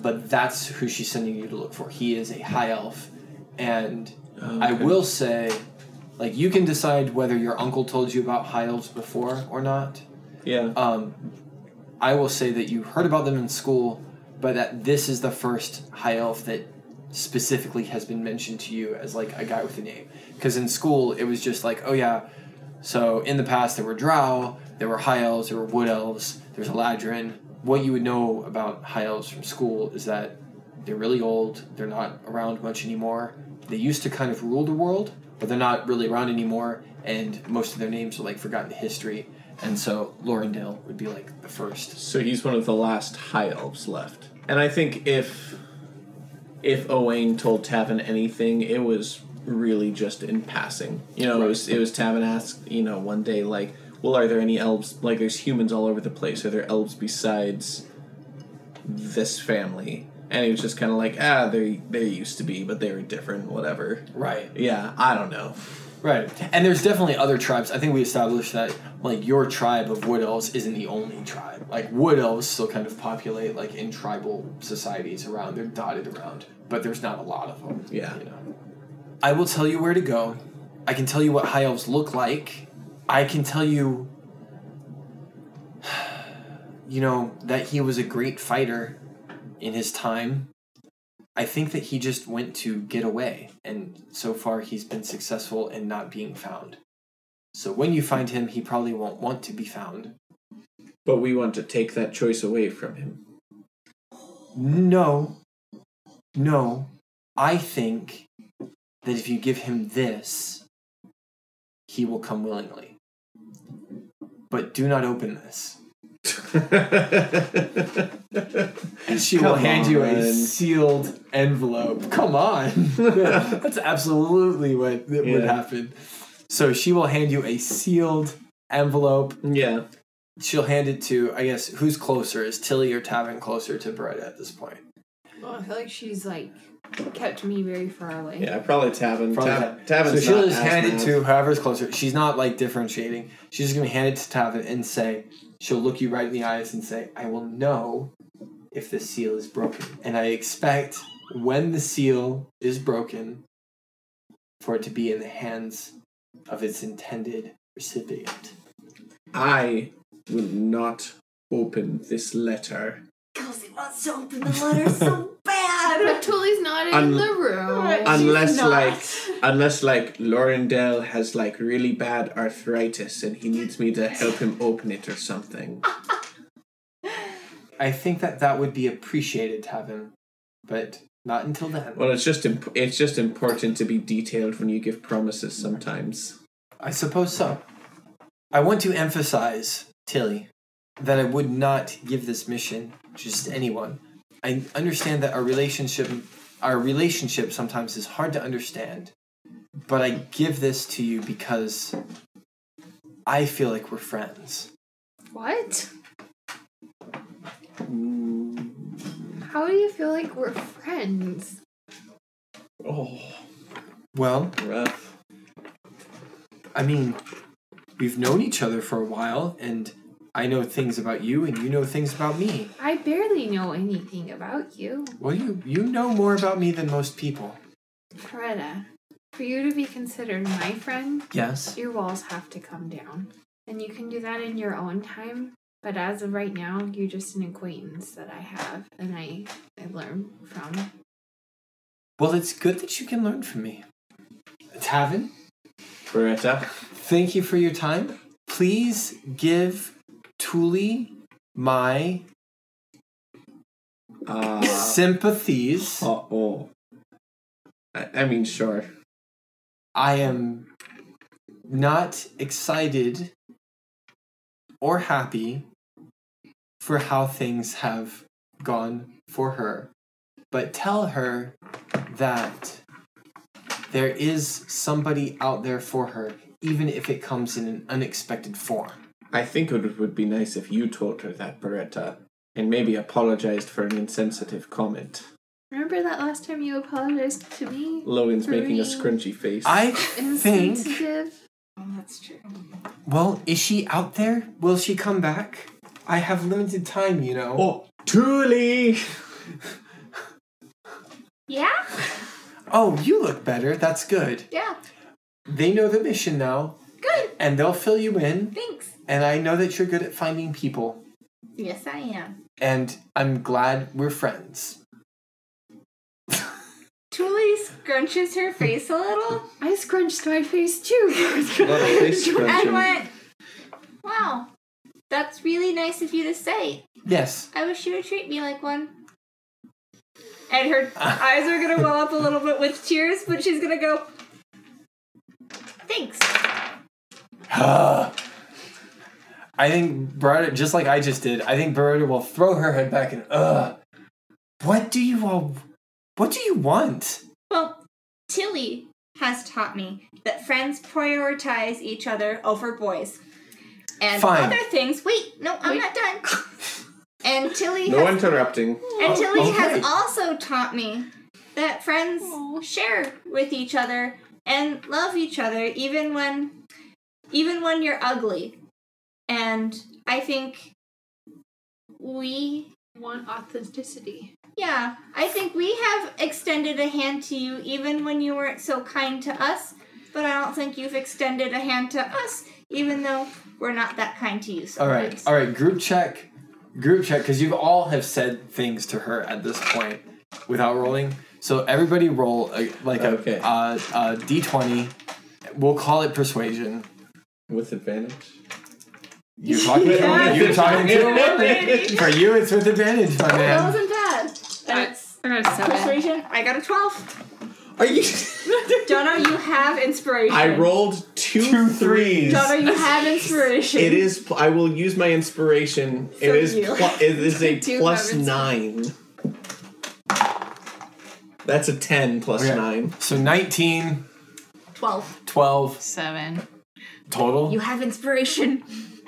A: But that's who she's sending you to look for. He is a high elf, and I will say, like you can decide whether your uncle told you about high elves before or not.
B: Yeah.
A: Um, I will say that you heard about them in school, but that this is the first high elf that specifically has been mentioned to you as like a guy with a name. Because in school, it was just like, oh yeah, so in the past there were drow, there were high elves, there were wood elves, there's eladrin. What you would know about high elves from school is that they're really old, they're not around much anymore. They used to kind of rule the world, but they're not really around anymore, and most of their names are like forgotten to history. And so Lorendale would be like the first.
B: So he's one of the last high elves left. And I think if if Owain told Tavin anything, it was really just in passing. You know, it was it was Tavin asked, you know, one day like, "Well, are there any elves? Like, there's humans all over the place. Are there elves besides this family?" And he was just kind of like, "Ah, they there used to be, but they were different. Whatever."
A: Right.
B: Yeah, I don't know.
A: Right. And there's definitely other tribes. I think we established that like your tribe of wood elves isn't the only tribe. Like wood elves still kind of populate like in tribal societies around. They're dotted around, but there's not a lot of them.
B: Yeah.
A: You know. I will tell you where to go. I can tell you what high elves look like. I can tell you you know that he was a great fighter in his time. I think that he just went to get away, and so far he's been successful in not being found. So when you find him, he probably won't want to be found.
B: But we want to take that choice away from him.
A: No, no, I think that if you give him this, he will come willingly. But do not open this. And she will
B: Come
A: hand you a
B: on.
A: sealed envelope. Come on. That's absolutely what that would
B: Yeah.
A: happen. So she will hand you a sealed envelope.
B: yeah.
A: She'll hand it to, I guess, who's closer? Is Tilly or Tavin closer to Beretta at this point?
C: Well, I feel like she's like kept me very far away.
B: Yeah, probably Tavin.
A: Probably
B: Tav-
A: Ta-
B: Tavin's
A: so she'll
B: not
A: just hand it
B: hazmat.
A: to whoever's closer. She's not like differentiating. She's just gonna hand it to Tavin and say, she'll look you right in the eyes and say, I will know if the seal is broken. And I expect when the seal is broken for it to be in the hands of its intended recipient.
B: I will not open this letter.
E: Kelsey wants to open the letter so bad.
C: But Tully's not in
B: Un-
C: the room.
B: unless
E: not.
B: like unless like Lorendale has like really bad arthritis and he needs me to help him open it or something.
A: I think that that would be appreciated, Tavin, but not until then.
B: Well, it's just imp- it's just important to be detailed when you give promises sometimes.
A: I suppose so. I want to emphasize, Tilly, that I would not give this mission to just anyone. I understand that our relationship our relationship sometimes is hard to understand, but I give this to you because I feel like we're friends.
C: What?
A: Mm.
C: How do you feel like we're friends?
B: Oh,
A: Well,
B: rough.
A: I mean, we've known each other for a while and I know things about you and you know things about me.
C: I barely know anything about you,
A: Well, you you know more about me than most people.
C: Coretta. For you to be considered my friend,
A: Yes.
C: your walls have to come down. And you can do that in your own time, but as of right now, you're just an acquaintance that I have and I, I learn from.
A: Well, it's good that you can learn from me. Tavin,
B: Beretta.
A: thank you for your time. Please give Tuli my
B: Uh,
A: sympathies.
B: oh, oh. I, I mean, sure.
A: I am not excited or happy for how things have gone for her, but tell her that there is somebody out there for her, even if it comes in an unexpected form.
B: I think it would be nice if you told her that, Beretta, and maybe apologized for an insensitive comment.
C: Remember that last time you apologized to me?
B: Logan's making a
C: Three.
B: scrunchy face.
A: I think.
C: Insensitive.
D: that's true.
A: Well, is she out there? Will she come back? I have limited time, you know.
B: Oh, Tuli!
E: Yeah?
A: Oh, you look better. That's good.
E: Yeah.
A: They know the mission now,
E: Good.
A: and they'll fill you in.
E: Thanks.
A: And I know that you're good at finding people,
E: Yes, I am.
A: and I'm glad we're friends.
E: Tuli scrunches her face a little
C: I scrunched my face too.
E: and went, Wow, that's really nice of you to say.
A: Yes.
E: I wish you would treat me like one. And her eyes are gonna well up a little bit with tears, but she's gonna go, Thanks.
A: I think Barada, just like I just did, I think Barada will throw her head back and, ugh. What do you all. What do you want?
E: Well, Tilly has taught me that friends prioritize each other over boys. And
A: Fine.
E: other things. Wait, no, I'm
C: Wait.
E: not done. And Tilly
B: No
E: has,
B: interrupting.
E: and Tilly
A: okay.
E: has also taught me that friends
C: Aw.
E: share with each other and love each other even when even when you're ugly. And I think we
C: Want authenticity.
E: yeah, I think we have extended a hand to you even when you weren't so kind to us, but I don't think you've extended a hand to us even though we're not that kind to you
A: All right,
E: sometimes.
A: all right. Group check, group check, because you've all have said things to her at this point without rolling. So everybody roll a, like
B: Okay.
A: a, uh a d twenty. We'll call it persuasion.
B: With advantage.
A: You're talking to you're talking to for you. It's with advantage, my
B: um,
E: That
A: man.
E: wasn't bad. That's
C: I got seven.
E: persuasion. I got a 12.
B: Are you?
E: Donna, you have inspiration.
B: I rolled two,
A: Two
B: threes.
E: Donna, you have inspiration.
B: It is. pl- I will use my inspiration. it is.
E: you.
B: Pl- it is a
C: Do
B: plus
C: have
B: nine. That's a ten plus
A: Okay.
B: nine.
A: So 19,
E: 12.
A: 12
C: Seven.
A: total.
E: You have inspiration.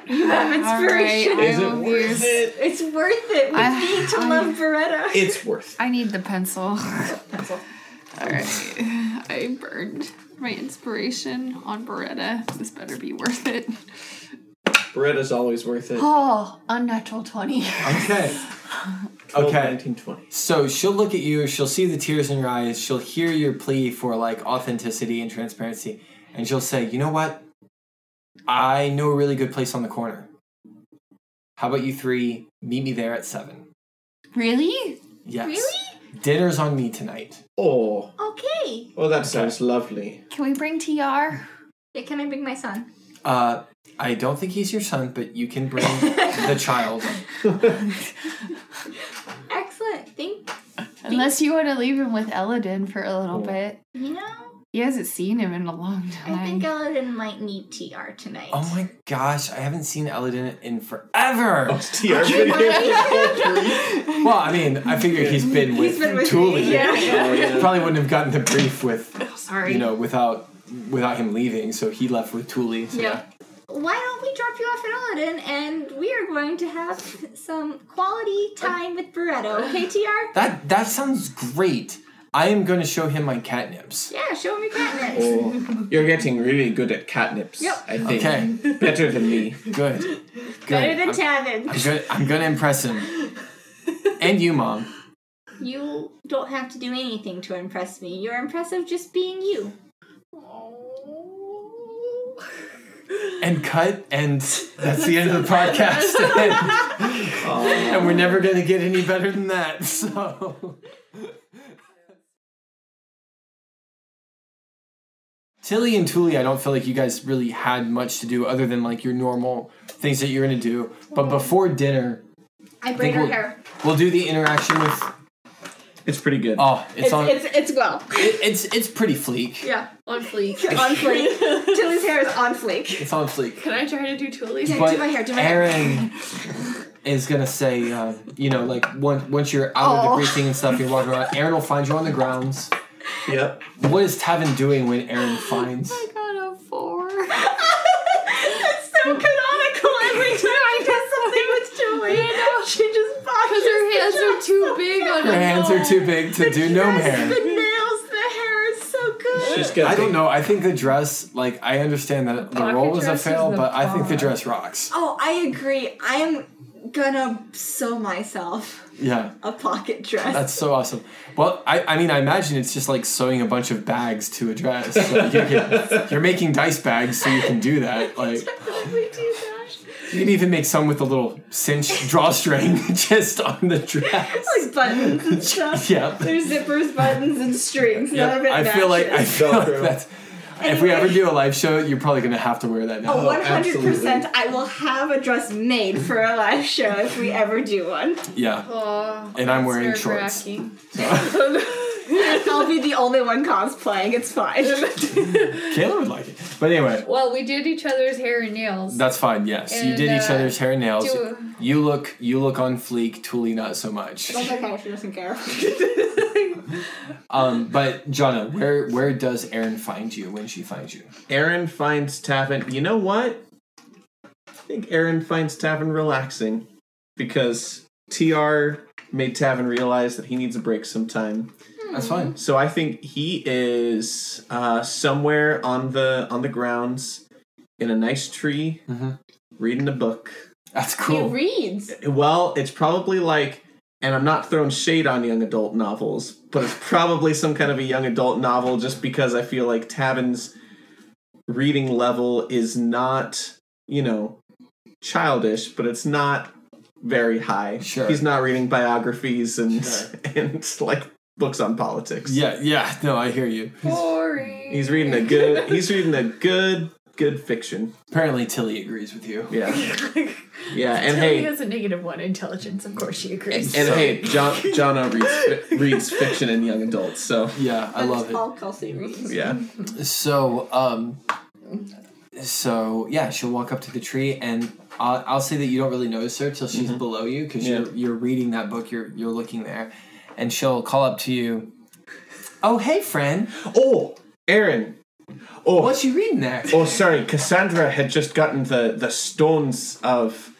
E: You have inspiration.
C: I
B: Is it
C: will
B: worth
C: use-
B: it?
E: It's worth it. We
C: I-
E: need to
C: I-
E: love Beretta.
B: It's worth. it.
C: I need the pencil. Alright. I burned my inspiration on Beretta. This better be worth it.
B: Beretta's always worth it.
C: Oh, unnatural 20.
A: Okay.
B: 12,
A: Okay.
B: 19, 20.
A: So she'll look at you, she'll see the tears in your eyes, she'll hear your plea for like authenticity and transparency, and she'll say, You know what? I know a really good place on the corner. How about you three meet me there at seven?
C: Really?
A: Yes. Dinner's on me tonight.
B: Oh,
E: Okay.
B: oh, that sounds lovely.
C: Can we bring TR?
E: Yeah, can I bring my son?
A: Uh I don't think he's your son, but you can bring the child.
E: Excellent. Thank
C: Unless you want to leave him with Eladin for a little bit.
E: you know.
C: He hasn't seen him in a long time.
E: I think Eladin might need TR tonight.
A: Oh my gosh, I haven't seen Eladin in forever.
B: TR's been here for the whole
A: Well, I mean, I figure he's been with,
E: He's been with
A: Thule.
E: me, yeah.
A: Probably wouldn't have gotten the brief with
C: Sorry.
A: you know, without without him leaving, so he left with Thule. So
E: Yeah. Why don't we drop you off at Eladin and we are going to have some quality time with Beretta, okay, TR?
A: That that sounds great. I am going to show him my catnips.
E: Yeah, show me catnip.
B: Oh, you're getting really good at catnips.
E: Yep.
B: I think.
A: Okay,
B: Better than me.
A: good. good.
E: Better than
A: I'm,
E: Tavin.
A: I'm good. I'm going to impress him. And you, mom.
E: You don't have to do anything to impress me. You're impressive just being you.
A: And cut. And that's the end of the podcast. and,
B: Oh.
A: we're never going to get any better than that. So. Tilly and Tuli, I don't feel like you guys really had much to do other than like your normal things that you're gonna do. But before dinner,
E: I braid her
A: we'll-
E: hair.
A: We'll do the interaction with.
B: It's pretty good.
A: Oh, it's,
E: It's,
A: on.
E: it's, it's well.
A: it- it's it's pretty fleek.
E: Yeah.
C: On fleek.
E: on flake. Tilly's hair is on flake.
A: It's on fleek.
C: Can I try to do Tully's?
E: Yeah,
A: But
E: do my hair, do my hair.
A: Aaron is gonna say, uh, you know, like once once you're out of the
C: Oh.
A: briefing and stuff, you're walking around. Aaron will find you on the grounds.
B: Yep.
A: What is Tavin doing when
E: Oh
A: Aaron finds?
C: I got a four.
E: It's so canonical every time I get something with Julie.
C: know.
E: She just
C: Because her hands are too
D: big on
A: Her hands are too big to do no hair.
E: The nails, the hair is so good.
B: She's got
A: I don't
B: big-
A: know. I think the dress, like, I understand that the
C: pocket
A: role was a
C: dress is
A: fail,
C: the
A: but I think the
C: bomb.
A: dress rocks.
E: Oh, I agree. I am gonna sew myself
A: Yeah,
E: a pocket dress.
A: that's so awesome. Well, I, I mean, I imagine it's just like sewing a bunch of bags to a dress. So you can, you're making dice bags, so you can do that. Like,
E: Definitely do that.
A: you can even make some with a little cinch drawstring just on the dress.
E: Like buttons and stuff.
A: Yep.
E: There's zippers, buttons, and strings.
A: Yep,
E: None of it
A: I feel like I
E: matches.
A: feel like
B: Velcro.
A: that's. If we
E: Anyway.
A: ever do a live show, you're probably gonna have to wear that now.
E: Oh,
B: Oh,
E: 100%
B: absolutely.
E: I will have a dress made for a live show if we ever do one.
A: Yeah,
C: Oh,
A: and I'm
C: that's
A: wearing shorts.
C: nerve-wracking.
E: I'll be the only one cosplaying. It's fine.
A: Kayla would like it, but anyway,
C: Well, we did each other's hair and nails.
A: that's fine. Yes, you
C: And,
A: did each
C: uh,
A: other's hair and nails.
C: do-
A: You look, you look on fleek. Tuli not so much.
E: That's okay. She doesn't care.
A: Um, but Jonna, where where does Erin find you when she finds you?
B: Aaron finds Tavin. You know what? I think Aaron finds Tavin relaxing because TR made Tavin realize that he needs a break sometime.
A: That's
C: Hmm.
A: fine.
B: So I think he is uh, somewhere on the on the grounds in a nice tree
A: Mhm.
B: reading a book.
A: That's
E: He
A: cool.
E: reads.
B: Well, it's probably like and I'm not throwing shade on young adult novels, but it's probably some kind of a young adult novel just because I feel like Tavin's reading level is not, you know, childish, but it's not very high.
A: Sure.
B: He's not reading biographies and
A: Sure.
B: and like books on politics.
A: Yeah, yeah. No, I hear you.
C: Boring.
B: He's reading a good he's reading a good good fiction.
A: Apparently, Tilly agrees with you.
B: Yeah. Yeah, and
F: Tilly
B: hey,
F: has a negative one intelligence. Of course, she agrees.
B: And hey, John John O reads, fi- reads fiction and young adults, so
A: Yeah, I love it.
E: Paul Kelsey reads.
B: yeah.
A: So, um, so yeah, she'll walk up to the tree, and I'll, I'll say that you don't really notice her till
B: Mm-hmm.
A: she's below you because you're you're reading that book, you're you're looking there, and she'll call up to you. Oh, hey, friend,
B: Oh, Aaron. Oh,
A: what you reading there?
B: oh, sorry. Cassandra had just gotten the the stones of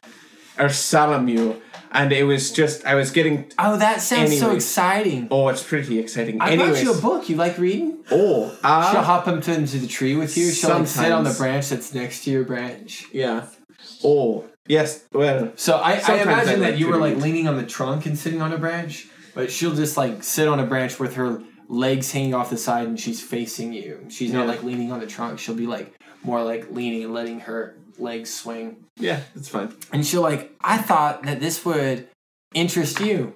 B: Ursalamu, and it was just I was getting.
A: Oh, that sounds so
B: Anyways.
A: exciting.
B: Oh, it's pretty exciting.
A: I brought
B: Anyways,
A: you a book. You like reading?
B: oh,
A: She'll
B: uh,
A: hop up to- into the tree with you. She'll like, sit on the
B: Sometimes.
A: branch that's next to your branch.
B: yeah. Oh, yes. Well,
A: So I, I
B: Sometimes I
A: imagine
B: like
A: that you
B: to
A: were
B: read.
A: like leaning on the trunk and sitting on a branch, but she'll just like sit on a branch with her legs hanging off the side and she's facing you. She's not
B: Yeah.
A: like leaning on the trunk. She'll be like more like leaning and letting her legs swing.
B: yeah, it's fine.
A: And she'll like, I thought that this would interest you.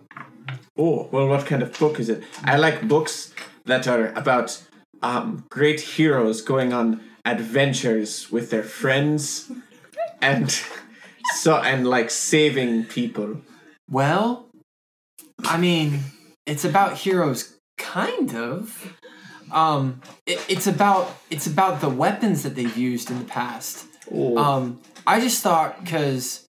B: Oh, well, what kind of book is it? I like books that are about um, great heroes going on adventures with their friends and so and like saving people.
A: Well, I mean, it's about heroes, kind of. Um, it, it's about it's about the weapons that they've used in the past.
B: Oh,
A: Um, I just thought because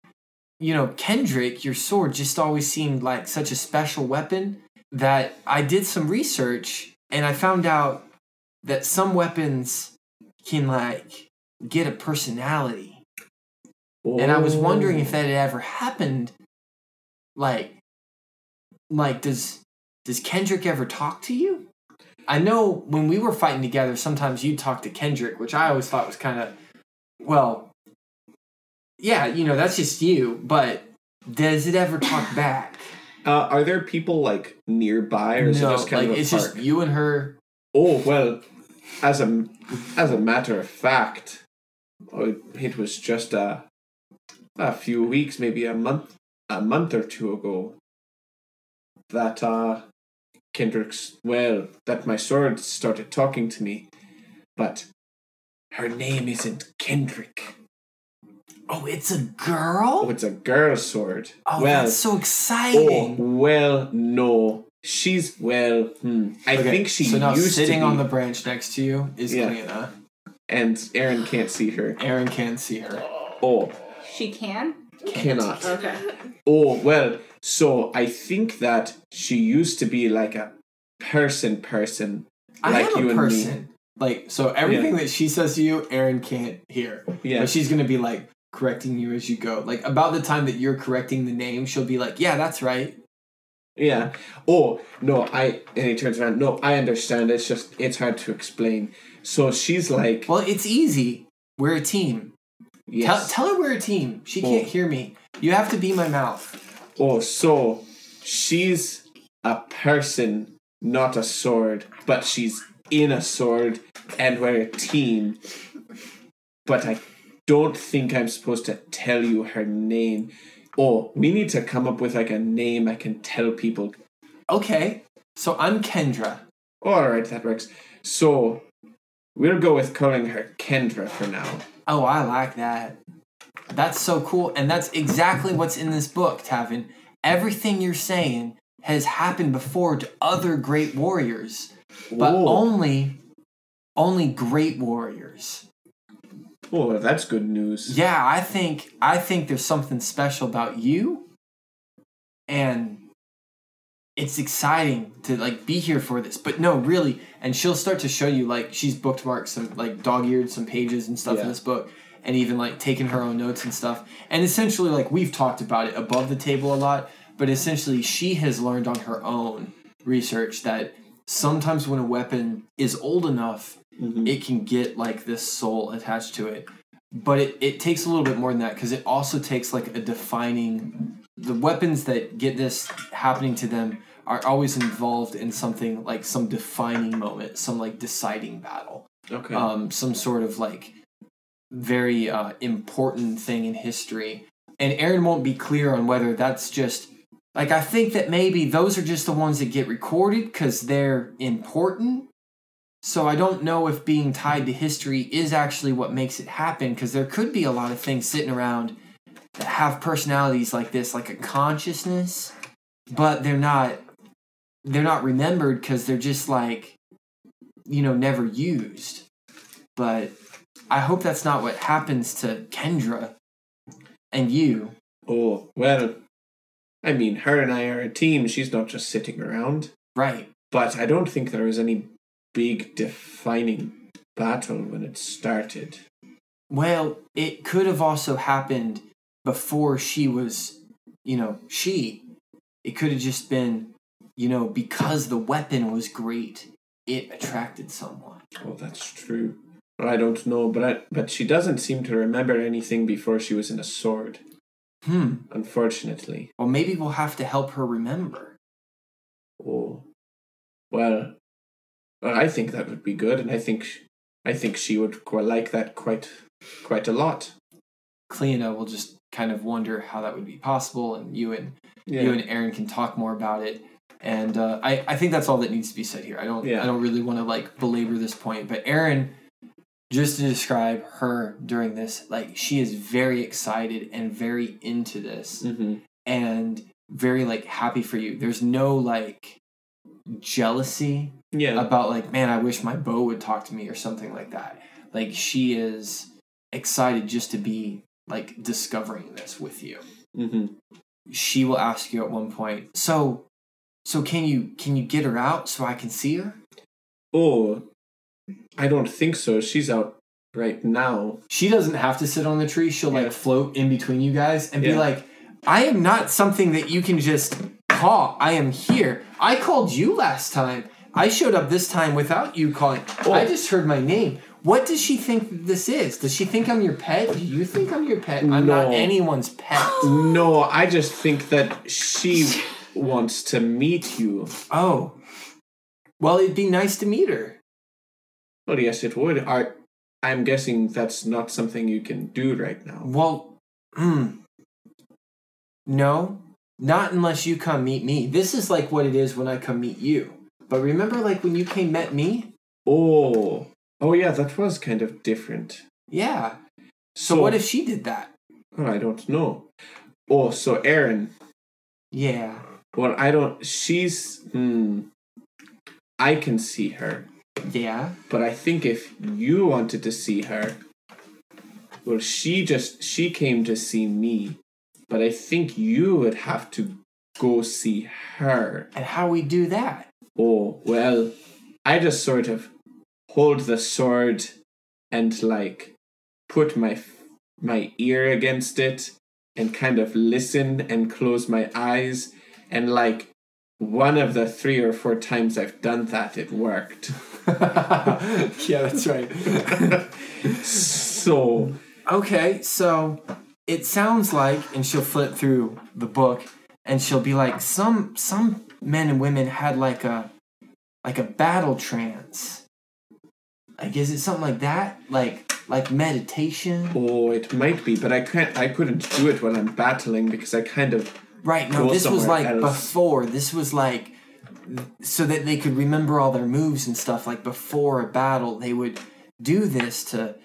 A: you know Kendrick, your sword just always seemed like such a special weapon that I did some research and I found out that some weapons can like get a personality, and I was wondering
B: Oh.
A: if that had ever happened. Like, like does does Kendrick ever talk to you? I know when we were fighting together, sometimes you'd talk to Kendrick, which I always thought was kind of well, yeah, you know, that's just you, but does it ever talk back?
B: Uh, are there people like nearby, or is it just kind
A: like
B: of a
A: it's
B: park?
A: just you and her.
B: Oh well, as a as a matter of fact, oh, it was just a a few weeks, maybe a month, a month or two ago, that uh, Kendrick's well, that my sword started talking to me, but her name isn't Kendrick.
A: Oh, it's a
B: Oh,
A: girl?
B: it's a girl sword.
A: Oh,
B: well,
A: that's so
B: oh,
A: exciting.
B: well, no. She's well. Hmm. I
A: Okay,
B: think she
A: so now
B: used
A: sitting
B: to be,
A: on the branch next to you is
B: Yeah.
A: Kalina.
B: and Aaron can't see her.
A: Aaron can't see her.
B: Oh,
E: She can.
B: cannot.
E: Okay.
B: Oh, well, so I think that she used to be like a person person.
A: I
B: like
A: am
B: you
A: a
B: and
A: person.
B: me.
A: Like so everything that she says to you, Aaron can't hear.
B: Yeah.
A: But she's gonna be like correcting you as you go. Like about the time that you're correcting the name, she'll be like, Yeah, that's right.
B: Yeah. Oh no, I and he turns around. No, I understand. It's just it's hard to explain. So she's like,
A: Well, it's easy. We're a team.
B: yes.
A: Tell, tell her we're a team. She can't
B: Oh.
A: hear me. You have to be my mouth.
B: oh, so she's a person, not a sword, but she's in a sword, and we're a team. But I don't think I'm supposed to tell you her name. Oh, we need to come up with like a name I can tell people
A: Okay. So I'm Kendra.
B: All right, that works. So we'll go with calling her Kendra for now.
A: Oh, I like that. That's so cool. And that's exactly what's in this book, Tavin. Everything you're saying has happened before to other great warriors, but
B: oh,
A: only only great warriors.
B: oh, that's good news.
A: Yeah, I think I think there's something special about you and it's exciting to like be here for this. But no, really, and she'll start to show you like she's bookmarked some like dog-eared some pages and stuff
B: Yeah.
A: in this book and even like taken her own notes and stuff. And essentially like we've talked about it above the table a lot, but essentially she has learned on her own research that sometimes when a weapon is old enough
B: Mhm.
A: it can get like this soul attached to it but it, it takes a little bit more than that because it also takes like a defining the weapons that get this happening to them are always involved in something like some defining moment some like deciding battle
B: Okay.
A: um, some sort of like very uh, important thing in history and aaron won't be clear on whether that's just like i think that maybe those are just the ones that get recorded because they're important so i don't know if being tied to history is actually what makes it happen because there could be a lot of things sitting around that have personalities like this like a consciousness but they're not they're not remembered because they're just like you know never used but I hope that's not what happens to Kendra and you.
B: oh well, I mean, her and I are a team. She's not just sitting around.
A: Right.
B: But I don't think there was any big defining battle when it started.
A: Well, it could have also happened before she was, you know, she. It could have just been, you know, because the weapon was great, it attracted someone.
B: Oh, that's true. I don't know, but I, but she doesn't seem to remember anything before she was in a sword.
A: Hmm.
B: Unfortunately.
A: Well, maybe we'll have to help her remember.
B: Oh, well, well, I think that would be good, and I think sh- I think she would qu- like that quite quite a lot.
A: Cleona will just kind of wonder how that would be possible, and you and
B: Yeah,
A: you and Aaron can talk more about it. And uh, I, I think that's all that needs to be said here. I don't
B: Yeah.
A: I don't really want to like belabor this point, but Aaron, just to describe her during this, like she is very excited and very into this
B: hmm
A: and very like happy for you. There's no like jealousy
B: yeah,
A: about like man i wish my beau would talk to me or something like that like she is excited just to be like discovering this with you
B: hmm
A: she will ask you at one point so so can you can you get her out so i can see her
B: Oh, I don't think so. She's out right now.
A: she doesn't have to sit on the tree she'll
B: Yeah.
A: like float in between you guys and be
B: Yeah.
A: like i am not something that you can just call i am here i called you last time i showed up this time without you calling i just heard my name what does she think that this is does she think i'm your pet do you think i'm your pet i'm
B: No.
A: not anyone's pet
B: No, I just think that she wants to meet you.
A: oh well it'd be nice to meet her
B: Well, yes, it would. I, I'm guessing that's not something you can do right now.
A: Well, mm, no, not unless you come meet me. This is like what it is when I come meet you. But remember, like when you came met me,
B: Oh, oh yeah, that was kind of different.
A: yeah.
B: So,
A: What if she did that?
B: Oh, I don't know. Oh, so Aaron.
A: Yeah.
B: Well, I don't. She's. Hmm. I can see her,
A: Yeah.
B: but I think if you wanted to see her, well, she just she came to see me, but I think you would have to go see her.
A: And how we do that?
B: Oh well, I just sort of hold the sword and like put my my ear against it and kind of listen and close my eyes and like One of the three or four times I've done that, it worked.
A: yeah, that's right.
B: So,
A: okay, so it sounds like, and she'll flip through the book, and she'll be like, some some men and women had like a like a battle trance. Like, is it something like that? Like like meditation?
B: oh, it might be, but I can't. I couldn't do it when I'm battling because I kind of
A: Right. No,
B: Go
A: this was
B: somewhere
A: like
B: else.
A: before. This was like so that they could remember all their moves and stuff. Like before a battle, they would do this to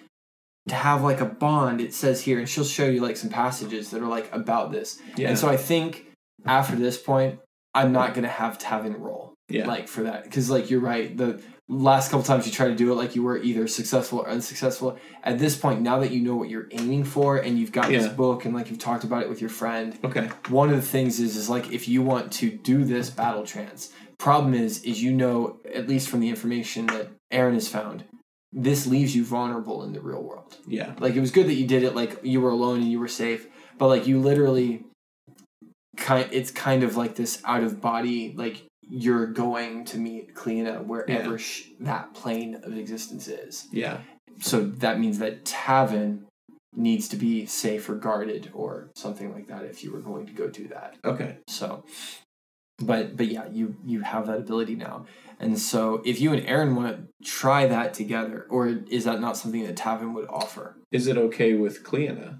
A: to have like a bond. It says here, and she'll show you like some passages that are like about this.
B: yeah.
A: And so I think after this point, I'm not gonna have Tavin roll
B: yeah.
A: like for that because like you're right. The last couple times you try to do it, like you were either successful or unsuccessful. At this point, now that you know what you're aiming for and you've got this
B: Yeah.
A: book and like you've talked about it with your friend
B: okay.
A: one of the things is is like if you want to do this battle trance problem is is you know at least from the information that aaron has found this leaves you vulnerable in the real world
B: Yeah.
A: like it was good that you did it like you were alone and you were safe but like you literally kind it's kind of like this out of body like you're going to meet Kleena wherever
B: Yeah.
A: sh- that plane of existence is
B: Yeah.
A: so that means that Tavin needs to be safe or guarded or something like that if you were going to go do that.
B: Okay.
A: So, but but yeah, you you have that ability now, and so if you and Aaron want to try that together, or is that not something that Tavin would offer?
B: Is it okay with Cleana?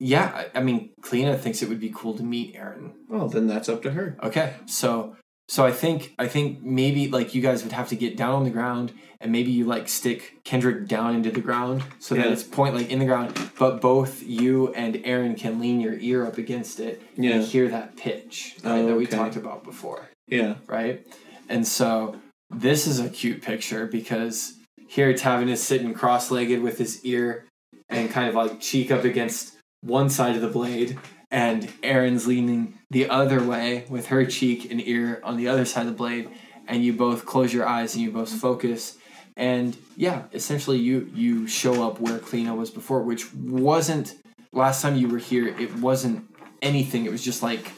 A: Yeah, I, I mean, Kleena thinks it would be cool to meet Aaron.
B: Well, then that's up to her.
A: Okay, so so I think I think maybe like you guys would have to get down on the ground and maybe you like stick Kendrick down into the ground so that
B: Yeah.
A: it's point like in the ground, but both you and Aaron can lean your ear up against it
B: Yeah.
A: and hear that pitch right,
B: Oh,
A: that we
B: okay.
A: talked about before,
B: Yeah.
A: right? And so this is a cute picture because here Tavin is sitting cross-legged with his ear and kind of like cheek up against one side of the blade, and Erin's leaning the other way with her cheek and ear on the other side of the blade, and you both close your eyes and you both focus. And yeah, essentially you you show up where Kleena was before, which wasn't last time you were here, it wasn't anything. It was just like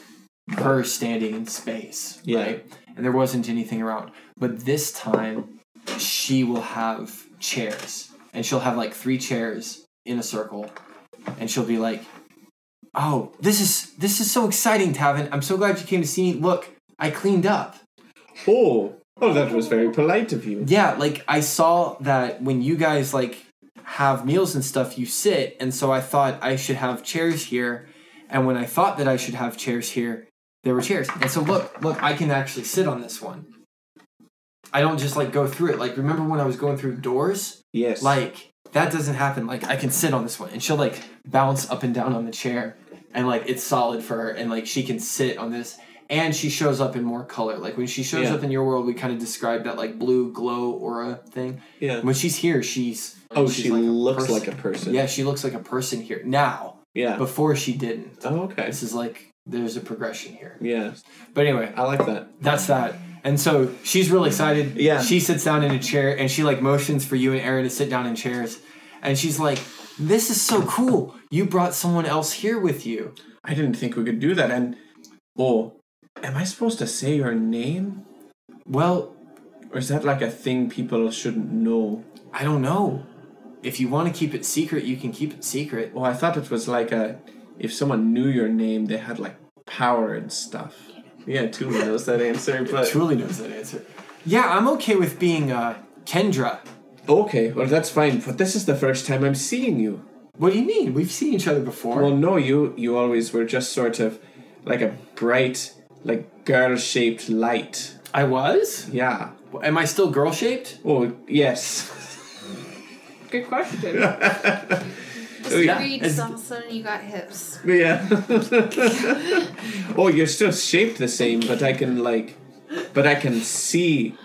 A: her standing in space.
B: Yeah.
A: Right? And there wasn't anything around. But this time she will have chairs and she'll have like three chairs in a circle and she'll be like oh this is this is so exciting tavin i'm so glad you came to see me look i cleaned up
B: Oh. Oh, that was very polite of you.
A: yeah like i saw that when you guys like have meals and stuff you sit and so i thought i should have chairs here and when i thought that i should have chairs here there were chairs and so look look i can actually sit on this one i don't just like go through it like remember when i was going through doors
B: Yes.
A: like that doesn't happen like i can sit on this one and she'll like bounce up and down on the chair and like it's solid for her and like she can sit on this and she shows up in more color like when she shows
B: Yeah.
A: up in your world we kind of describe that like blue glow aura thing
B: Yeah.
A: when she's here she's
B: Oh,
A: she's
B: she looks
A: person.
B: like a person.
A: yeah she looks like a person here now
B: Yeah.
A: before she didn't
B: Oh, okay.
A: this is like there's a progression here
B: Yeah.
A: but anyway
B: I like that.
A: that's that. And so she's real excited.
B: Yeah.
A: She sits down in a chair and she like motions for you and Aaron to sit down in chairs. And she's like, This is so cool. You brought someone else here with you.
B: I didn't think we could do that. And oh, am I supposed to say your name,
A: Well,
B: or is that like a thing people shouldn't know?
A: I don't know. If you want to keep it secret, you can keep it secret.
B: Oh, I thought it was like a if someone knew your name, they had like power and stuff. Yeah, Tula knows that answer, but
A: Truly knows that answer. Yeah, I'm okay with being uh, Kendra.
B: okay, well that's fine. But this is the first time I'm seeing you.
A: What do you mean? We've seen each other before.
B: Well, no, you you always were just sort of like a bright, like girl-shaped light.
A: I was?
B: Yeah.
A: Am I still girl shaped?
B: Oh yes.
D: Good question.
A: Oh,
B: yeah.
C: Reeds, all of a sudden you got hips.
B: Yeah. oh, you're still shaped the same, but I can like, but I can see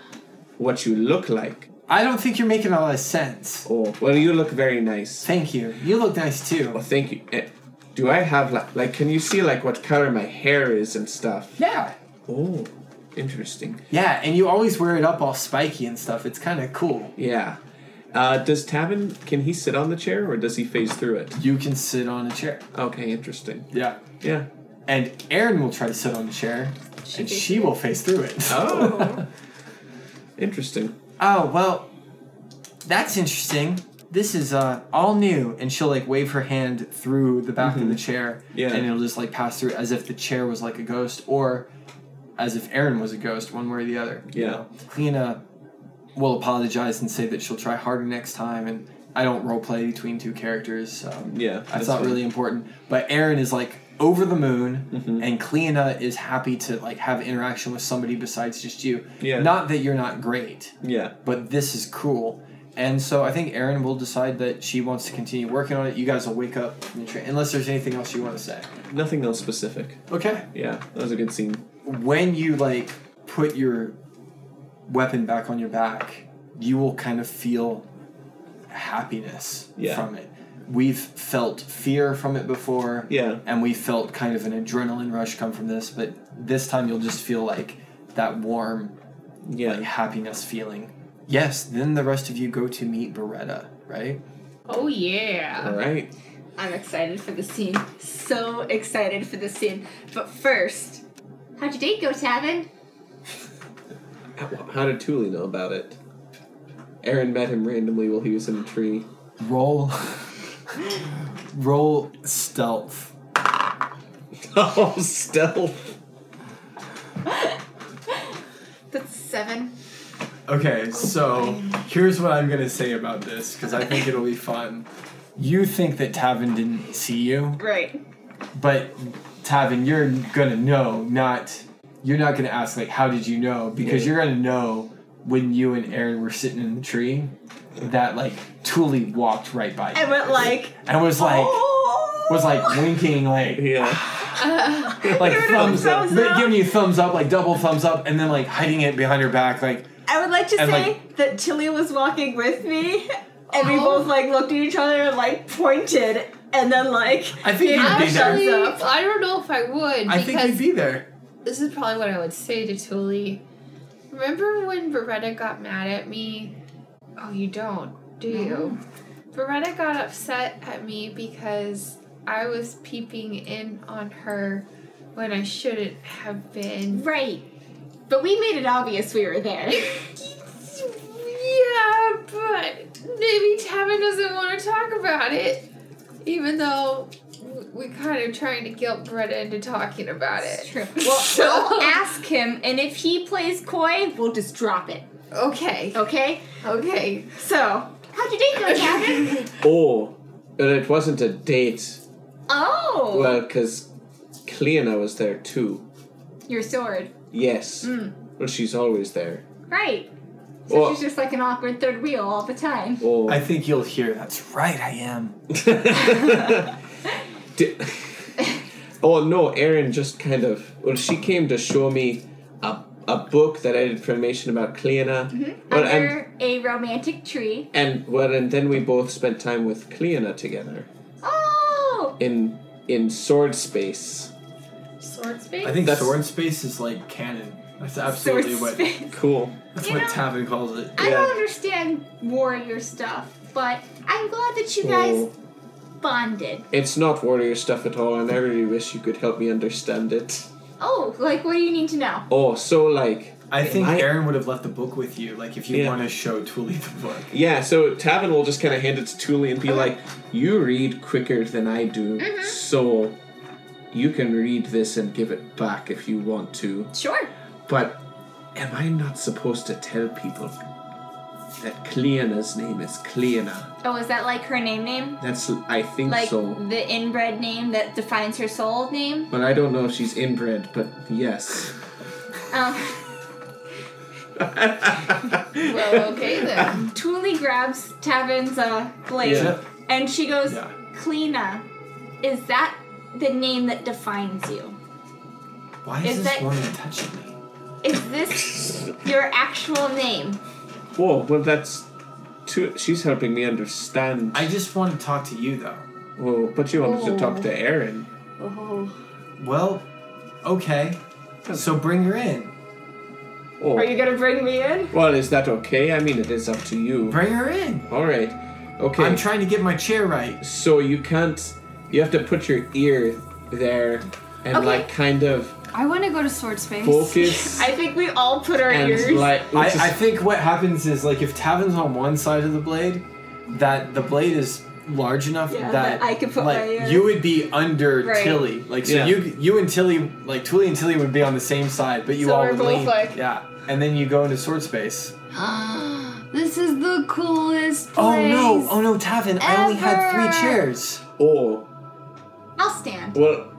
B: what you look like.
A: I don't think you're making a lot of sense.
B: Oh, well, you look very nice.
A: Thank you. You look nice too.
B: Oh, thank you. Eh, Do I have like, like, can you see like what color my hair is and stuff?
A: Yeah.
B: Oh, interesting.
A: Yeah, and you always wear it up all spiky and stuff. It's kind of cool.
B: Yeah. Uh, does Tavin can he sit on the chair or does he phase through it?
A: You can sit on a chair.
B: Okay, interesting.
A: Yeah.
B: Yeah.
A: And Aaron will try to sit on the chair. and she will face through it.
B: Oh. Interesting.
A: Oh well, that's interesting. This is uh, all new, and she'll like wave her hand through the back of the chair,
B: Mm-hmm. Yeah.
A: and it'll just like pass through as if the chair was like a ghost, or as if Aaron was a ghost, one way or the other. you
B: Yeah.
A: know. Kleena will apologize and say that she'll try harder next time, and I don't role play between two characters, so
B: Yeah,
A: that's
B: that's
A: not
B: fine.
A: really important. But Aaron is like over the moon,
B: Mm-hmm.
A: and Kleena is happy to like have interaction with somebody besides just you.
B: Yeah.
A: not that you're not great
B: Yeah.
A: but this is cool. And so I think Erin will decide that she wants to continue working on it. You guys will wake up from the train, unless there's anything else you want to say.
B: Nothing else specific.
A: Okay.
B: Yeah, that was a good scene.
A: When you like put your weapon back on your back, you will kind of feel happiness
B: Yeah.
A: from it. We've felt fear from it before.
B: Yeah.
A: And we felt kind of an adrenaline rush come from this, but this time you'll just feel like that warm
B: Yeah.
A: happiness feeling. Yes, then the rest of you go to meet Beretta, right?
F: Oh yeah.
B: All right.
E: I'm excited for the scene. So excited for the scene. But first, how'd your date go, Tavin?
B: How- How did Thule know about it? Aaron met him randomly while he was in a tree.
A: Roll roll stealth.
B: Oh, stealth.
E: That's seven.
A: Okay, so here's what I'm gonna say about this, because I think it'll be fun. You think that Tavin didn't see you,
E: Right.
A: but Tavin, you're gonna know, not you're not gonna ask like how did you know? Because you're gonna know when you and Aaron were sitting in the tree that like Thule walked right by you.
E: I went like,
A: and was like
E: oh.
A: was like winking like
B: Yeah.
A: like
E: Give it a
A: thumbs up,
E: thumbs up.
A: giving you thumbs up, like double thumbs up, and then like hiding it behind her back, like
E: I would like to
A: and,
E: say
A: like-
E: that Tilly was walking with me, and we both like looked at each other and like pointed, and then like
A: I think you'd be there.
F: Actually,
E: Thumbs up.
F: I don't know if I would
A: I think
F: because
A: you'd be there.
F: this is probably what I would say to Tuli. Remember when Beretta got mad at me? Oh, you don't, do you? Beretta got upset at me because I was peeping in on her when I shouldn't have been.
E: right. But we made it obvious we were there.
F: Yeah, but maybe Tavin doesn't want to talk about it, even though w- we kind of trying to guilt Beretta into talking about it.
E: True. Well, we'll ask him, and if he plays coy, we'll just drop it.
F: Okay.
E: Okay.
F: Okay.
E: So, how'd your date go, Tavin?
B: Oh, but it wasn't a date.
E: oh,
B: Well, because Kleena was there too.
E: your sword.
B: Yes. Well, she's always there.
E: Right. Hmm. So
B: Well-
E: she's just like an awkward third wheel all the time.
B: Oh.
A: I think you'll hear. That's right, I am.
B: Di- oh no, Erin just kind of. Well, she came to show me a, a book that had information about Kleena.
D: Mm-hmm.
B: Well, and,
E: Under a romantic tree.
B: and well, and then we both spent time with Kleena together
E: Oh,
B: in in sword space.
F: Sword space?
A: I think
B: That's-
A: sword space is like canon. That's
E: sword
A: absolutely what
E: space.
B: Cool.
A: that's
E: You
A: what
E: know-
A: Tavin calls it.
E: I don't
B: Yeah.
E: understand warrior stuff, but I'm glad that you guys
B: Oh,
E: bonded.
B: it's not warrior stuff at all, and I really wish you could help me understand it.
E: Oh, like what do you need to know?
B: Oh, so like
A: I think
B: I-
A: Aaron would have left the book with you, like if you
B: Yeah.
A: want to show Thule the book.
B: Yeah, so Tavin will just kind of hand it to Thule and be like, "You read quicker than I do,
E: Mm-hmm.
B: so you can read this and give it back if you want to."
E: Sure.
B: But am I not supposed to tell people that Cleona's name is Cleona?
E: Oh, is that like her name name?
B: That's I think
E: Like
B: so,
E: the inbred name that defines her soul name?
B: but I don't know if she's inbred. But yes,
E: Um,
F: well, okay then.
E: Thule grabs Tavin's uh, blade
B: Yeah.
E: and she goes,
A: Yeah.
E: Kleena, is that the name that defines you?
A: Why is,
E: Is
A: this
E: that-
A: woman touching me?
E: Is this your actual name?
B: whoa, well that's too. She's helping me understand.
A: I just want to talk to you though.
B: Whoa, but you wanted to
E: Oh.
B: talk to Aaron.
A: Well, okay. So bring her in.
B: Oh.
E: Are you gonna bring me in?
B: Well, is that okay? I mean, it is up to you.
A: Bring her in.
B: All right. Okay.
A: I'm trying to get my chair right.
B: so you can't. You have to put your ear there and
E: Okay.
B: like kind of
D: I want to go to Sword Space.
B: Focus
E: I think we all put our ears.
B: and like
A: I, I think what happens is like if Tavin's on one side of the blade, that the blade is large enough
E: Yeah,
A: that
E: but I could put
A: like,
E: my, uh,
A: you would be under
E: Right.
A: Tilly. Like so
B: Yeah.
A: you you and Tilly like Tilly and Tilly would be on the same side, but you
E: So
A: all
E: we're
A: would
E: both,
A: lean.
E: like-
A: yeah. And then you go into sword space.
D: this is the coolest place.
A: Oh no! Oh no, Tavin! I only had
D: Ever.
A: three chairs.
B: or
E: I'll stand.
B: oh, well,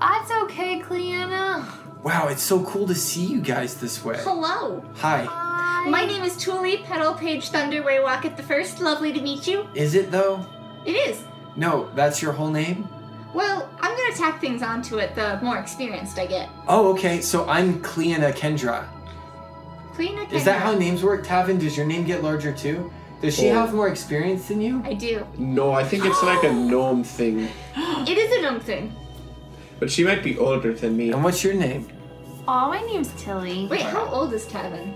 D: That's okay, Cleanna.
A: Wow, it's so cool to see you guys this way.
E: Hello.
A: Hi.
D: Hi.
E: My name is Tuli, Petal Page Thunderway Rocket the First. Lovely to meet you.
A: Is it though?
E: It is.
A: No, that's your whole name.
E: Well, I'm gonna tack things onto it the more experienced I get.
A: Oh, okay. So I'm Cleana Kendra.
E: Clean again.
A: Is that how names work, Tavin? Does your name get larger too? Does she
B: Oh.
A: have more experience than you?
E: I do.
B: no, I think it's like a gnome thing.
E: It is a gnome thing.
B: But she might be older than me.
A: And what's your name?
C: Aw, my name's Tilly.
E: Wait, how old is Tavin?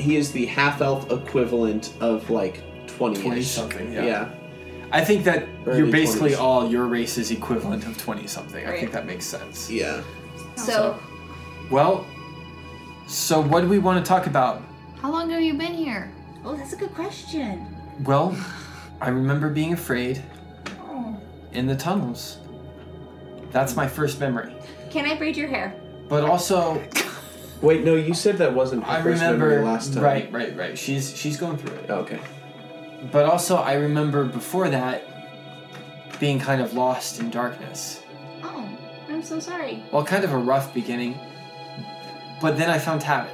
B: He is the half elf equivalent of like twenty.
A: 20-something, yeah.
B: yeah.
A: I think that
B: Early
A: you're basically
B: 20s.
A: all your race's equivalent of twenty something. I think
E: Right.
A: that makes sense.
B: Yeah.
E: So,
A: Well, so what do we want to talk about?
C: How long have you been here?
E: oh, that's a good question.
A: Well, I remember being afraid
E: Oh.
A: in the tunnels. That's my first memory.
E: Can I braid your hair?
A: But also,
B: Wait, no, you said that wasn't the
A: I
B: first
A: remember
B: memory last time. Oh,
A: right, right, right. She's she's going through it.
B: Okay.
A: But also, I remember before that being kind of lost in darkness.
E: Oh, I'm so sorry.
A: Well, kind of a rough beginning. But then I found Tavin,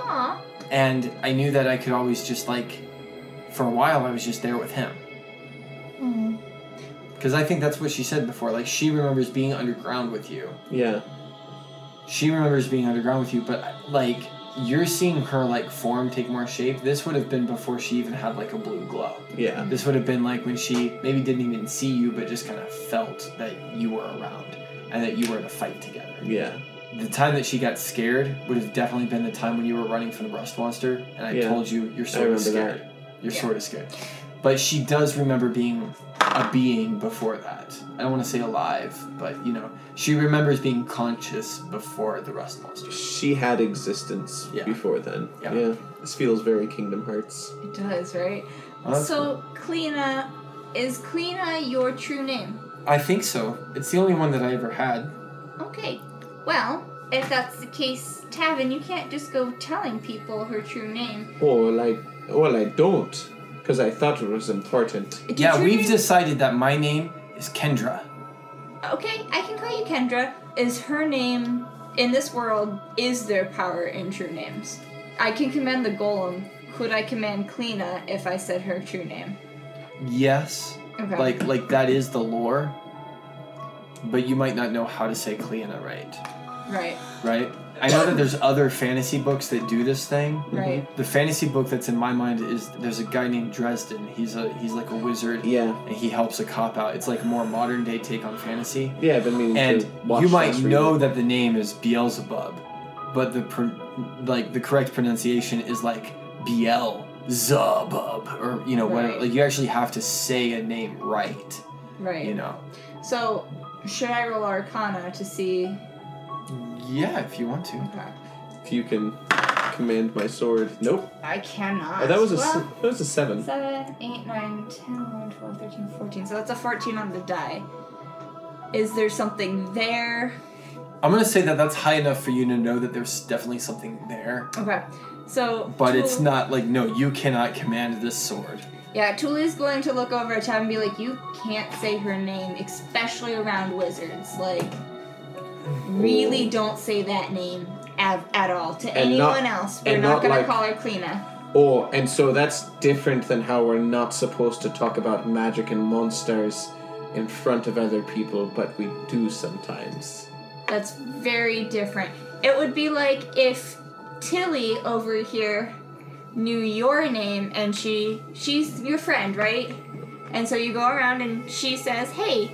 E: Aw.
A: and I knew that I could always just like, for a while, I was just there with him.
E: Mm-hmm.
A: Because I think that's what she said before. Like she remembers being underground with you.
B: Yeah.
A: She remembers being underground with you, but like you're seeing her like form take more shape. This would have been before she even had like a blue glow.
B: Yeah.
A: This would have been like when she maybe didn't even see you, but just kind of felt that you were around and that you were in a fight together.
B: Yeah.
A: The time that she got scared would have definitely been the time when you were running from the rust monster, and I
B: Yeah.
A: told you you're sort of
B: remember
A: scared. You're sort of scared. But she does remember being a being before that. I don't want to say alive, but you know, she remembers being conscious before the rust monster.
B: She had existence
A: Yeah.
B: before then.
A: Yeah.
B: This feels very Kingdom Hearts.
E: It does, right?
A: Oh, that's
E: so, Kleena, is Kleena your true name?
A: I think so. It's the only one that I ever had.
E: Okay. Well, if that's the case, Tavin, you can't just go telling people her true name.
B: Oh, well, I, well, I don't, because I thought it was important.
E: Did
A: yeah,
E: your
A: we've
E: name-
A: decided that my name is Kendra.
E: Okay, I can call you Kendra. Is her name in this world? Is there power in true names? I can command the golem. Could I command Kleena if I said her true name?
A: Yes.
E: Okay.
A: like like that is the lore but you might not know how to say Kleena right
E: right,
A: right i know that there's other fantasy books that do this thing
E: right.
A: the fantasy book that's in my mind is there's a guy named dresden he's a he's like a wizard
B: Yeah.
A: and he helps a cop out it's like more modern day take on fantasy
B: Yeah, I've been meaning
A: and
B: to watch
A: you might
B: this read
A: know
B: it.
A: that the name is beelzebub but the pr- like the correct pronunciation is like Biel Zebub, or you know whatever.
E: Right.
A: Like you actually have to say a name right,
E: Right.
A: you know.
E: So, should I roll Arcana to see?
A: Yeah, if you want to.
E: Okay.
B: If you can command my sword. Nope.
E: I cannot.
B: Oh, that was a
E: Well,
B: se- that was a seven.
E: 7, 8, 9, 10, 11, 12, 13, 14. So that's a 14 on the die. Is there something there?
A: I'm gonna say that that's high enough for you to know that there's definitely something there,
E: Okay. So.
A: but it's
E: Tul-
A: not like no, you cannot command this sword.
E: Yeah, Tuli's going to look over at Tab and be like, you can't say her name, especially around wizards. Like, really don't say that name at, at all to
B: And not-
E: anyone else. We're
B: and
E: not,
B: not
E: going
B: like-
E: to call her Kleena.
B: Oh, and so that's different than how we're not supposed to talk about magic and monsters in front of other people, but we do sometimes.
E: That's very different. It would be like if Tilly over here knew your name and she she's your friend, right? And so you go around and she says, "Hey,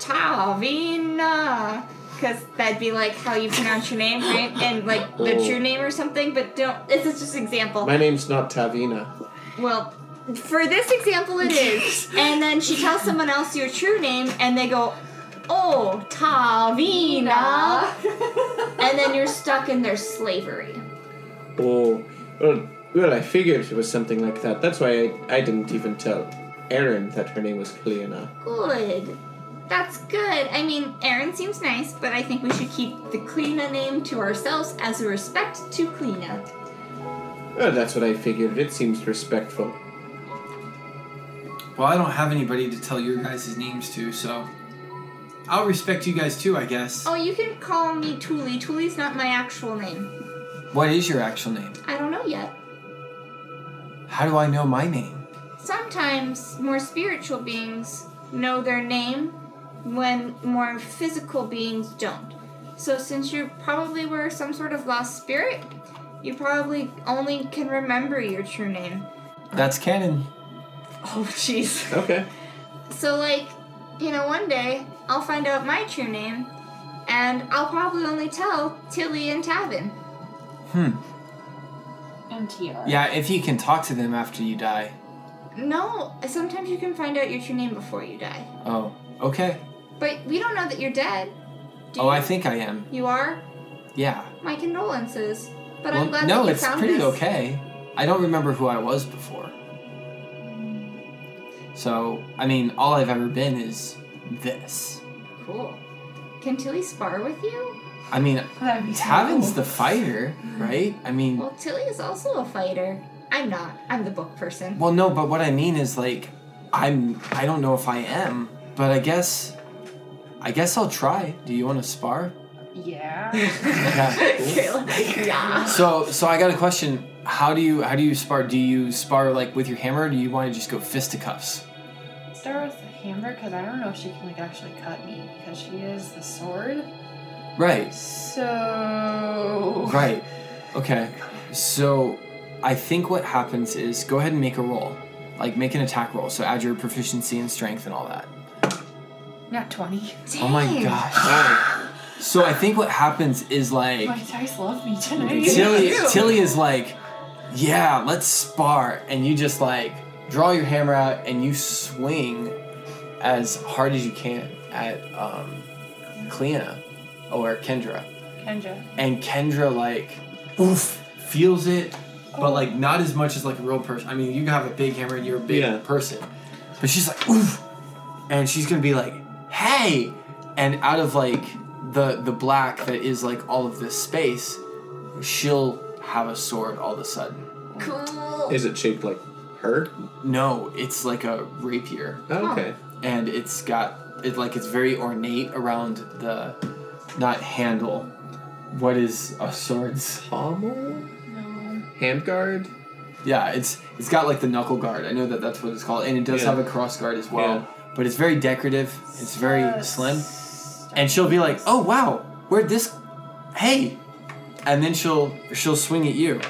E: Tavina," because that'd be like how you pronounce your name, right? And like the
B: Oh.
E: true name or something. But don't. This is just example.
B: My name's not Tavina.
E: Well, for this example, it is. and then she tells someone else your true name, and they go, oh, Tavina. and then you're stuck in their slavery.
B: Oh, well, well, I figured it was something like that. That's why I, I didn't even tell Erin that her name was Cleona.
E: Good. That's good. I mean, Aaron seems nice, but I think we should keep the Kleena name to ourselves as a respect to Kleena.
B: Well, that's what I figured. It seems respectful.
A: Well, I don't have anybody to tell your guys' names to, so I'll respect you guys too, I guess.
E: Oh, you can call me Tuli. Tuli's not my actual name.
A: What is your actual name?
E: I don't know yet.
A: How do I know my name?
E: Sometimes more spiritual beings know their name when more physical beings don't. So, since you probably were some sort of lost spirit, you probably only can remember your true name.
A: That's canon.
E: Oh, jeez.
B: Okay.
E: So, like, you know, one day I'll find out my true name, and I'll probably only tell Tilly and Tavin.
A: Hmm.
C: And TR.
A: Yeah, if you can talk to them after you die.
E: No, sometimes you can find out your true name before you die.
A: Oh, okay.
E: But we don't know that you're dead. Do
A: Oh,
E: you?
A: I think I am.
E: You are?
A: Yeah.
E: My condolences. But I'm
A: well,
E: glad
A: no,
E: that you
A: it's
E: found
A: pretty
E: this.
A: okay. I don't remember who I was before. So, I mean, all I've ever been is this.
E: Cool. Can Tilly spar with you?
A: I mean,
C: That'd be
A: Tavin's
C: cool.
A: the fighter, right? I mean,
E: Well, Tilly is also a fighter. I'm not. I'm the book person.
A: Well, no, but what I mean is like, I'm. I don't know if I am, but I guess, I guess I'll try. Do you want to spar?
C: Yeah.
A: Yeah.
E: Kayla. yeah.
A: so, so I got a question. How do you how do you spar? Do you spar like with your hammer? Or do you want to just go fisticuffs?
C: Start with the hammer because I don't know if she can like actually cut me because she is the sword.
A: Right.
C: So
A: Right. Okay. So, I think what happens is go ahead and make a roll, like make an attack roll. So add your proficiency and strength and all that.
C: not twenty.
A: Oh my gosh. So I think what happens is like.
C: My dice love me tonight.
A: Tilly, Tilly is like, yeah, let's spar. And you just like draw your hammer out and you swing as hard as you can at um, Kleena or Kendra.
C: Kendra.
A: And Kendra like, oof, feels it, but like not as much as like a real person. I mean, you have a big hammer and you're a big
B: Yeah.
A: person. But she's like, oof. And she's gonna be like, hey. And out of like the the black that is like all of this space, she'll have a sword all of a sudden.
E: Cool.
B: Is it shaped like her?
A: No, it's like a rapier,
B: Oh, okay.
A: and it's got it like it's very ornate around the not handle. What is a sword's?
B: Pommel?
C: No.
B: Handguard?
A: Yeah, it's it's got like the knuckle guard. I know that that's what it's called, and it does
B: Yeah.
A: have a cross guard as well.
B: Yeah.
A: But it's very decorative. It's very
C: Uh,
A: slim,
C: start
A: and she'll be like,
C: with-
A: "Oh wow, where'd this? Hey!" And then she'll she'll swing at you.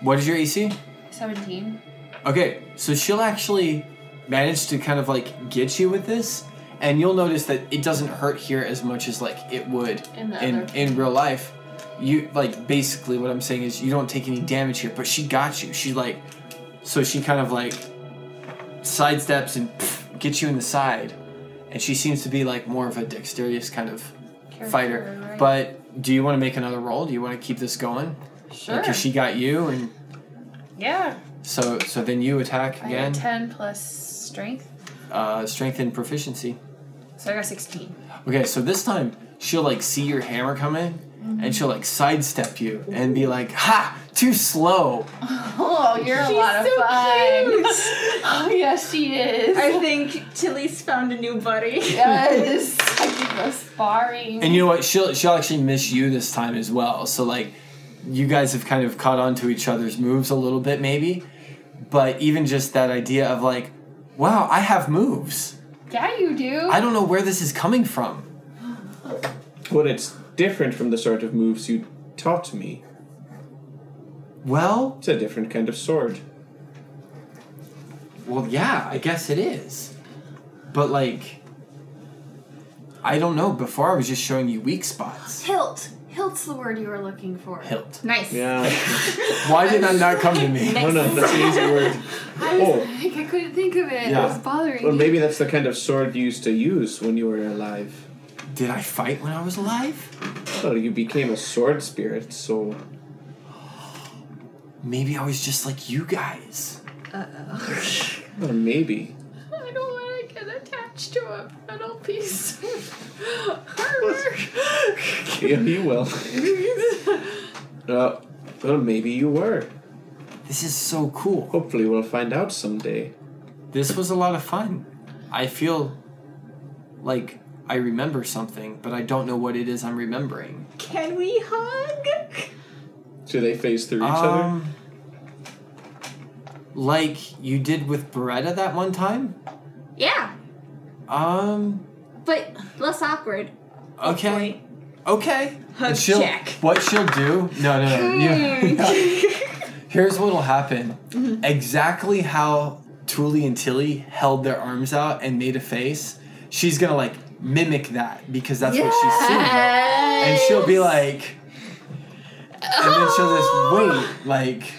A: What is your AC?
C: Seventeen.
A: Okay, so she'll actually manage to kind of like get you with this, and you'll notice that it doesn't hurt here as much as like it would
C: In the
A: in,
C: other.
A: in real life. You like basically what I'm saying is you don't take any damage here, but she got you. She like so she kind of like sidesteps and pff, gets you in the side, and she seems to be like more of a dexterous kind of
C: Character,
A: fighter.
C: right?
A: But do you want to make another roll? Do you want to keep this going?
C: sure.
A: Because she got you, and
C: yeah.
A: so so then you attack
C: I had
A: again.
C: ten plus strength,
A: uh, strength and proficiency.
C: so I got sixteen.
A: Okay, so this time she'll like see your hammer come in,
C: Mm-hmm.
A: and she'll like sidestep you and be like, "Ha, too slow."
C: Oh, you're a lot of fun. oh yes, she is.
E: I think Tilly's found a new buddy.
C: yes, I think we're sparring.
A: And you know what? She'll she'll actually miss you this time as well. So like, you guys have kind of caught on to each other's moves a little bit, maybe. But even just that idea of like, "Wow, I have moves.
C: yeah, you do.
A: I don't know where this is coming from."
B: But it's different from the sort of moves you taught me.
A: Well,
B: It's a different kind of sword.
A: Well, yeah, I guess it is. But like, I don't know. Before I was just showing you weak spots.
E: Hilt.
C: Hilt's the word you were looking for.
A: Hilt.
E: Nice.
B: Yeah. Oh,
A: Why did that not come to me?
B: No, no, that's an easy word.
C: I was
B: Oh.
C: like, I couldn't think of it.
A: Yeah.
C: It was bothering
B: Well,
C: me.
B: maybe that's the kind of sword you used to use when you were alive.
A: Did I fight when I was alive?
B: Well, you became a sword spirit, so
A: Maybe I was just like you guys.
B: well, maybe.
F: I don't want to get attached to a metal piece of armor.
B: Yeah, you will. uh, well, maybe you were.
A: This is so cool.
B: Hopefully, we'll find out someday.
A: This was a lot of fun. I feel like I remember something, but I don't know what it is I'm remembering.
E: Can we hug?
B: Do they phase through each other?
A: Um, like you did with Beretta that one time?
E: Yeah,
A: Um,
E: but less awkward.
A: okay. Okay.
E: Hug
A: And she'll-
E: check. Hmm.
A: What she'll do? No, no, no. you- Here's what'll happen. Exactly how Thule and Tilly held their arms out and made a face, she's gonna like mimic that because that's what she's seeing. And she'll be like, and then she'll just
E: Oh.
A: wait, like,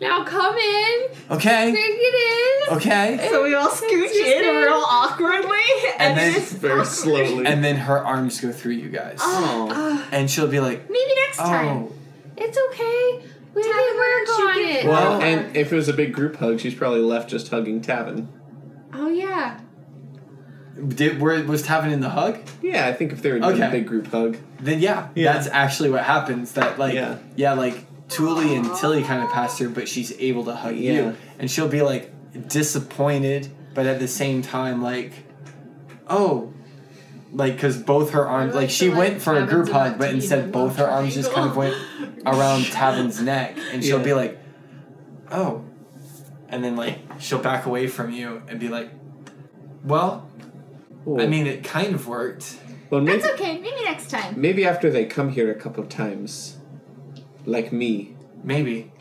F: now come in,
A: okay,
F: take it in.
A: okay.
E: So we all scooch in real awkwardly,
A: And
E: and, then
A: then,
E: it's
B: Very slowly.
A: and then her arms go through you guys.
B: oh.
A: And she'll be like,
E: maybe next time.
A: oh,
F: It's okay. We
E: Tap
F: didn't
E: her,
F: work on
E: she
F: it.
E: can-
B: Well,
A: Oh.
B: and if it was a big group hug, she's probably left just hugging Tavin.
F: oh yeah.
A: did, were, was Tavin in the hug?
B: Yeah, I think if they were doing a
A: Okay.
B: big group hug.
A: Then yeah,
B: Yeah.
A: that's actually what happens. That like
B: Yeah.
A: yeah, like Thule and Tilly kind of pass through, but she's able to hug
B: Yeah.
A: you, and she'll be like disappointed, but at the same time like, oh, like because both her arms like she
F: feel like
A: went for a
F: Tavin's
A: group
F: about
A: hug, but
F: to eat a
A: instead both her arms just kind of went around Tavin's neck, and she'll
B: Yeah.
A: be like, oh, and then like she'll back away from you and be like, well, I
B: Well,
A: mean it kind of worked.
B: well, maybe,
E: That's okay. Maybe next time.
B: maybe after they come here a couple times, like me.
A: Maybe.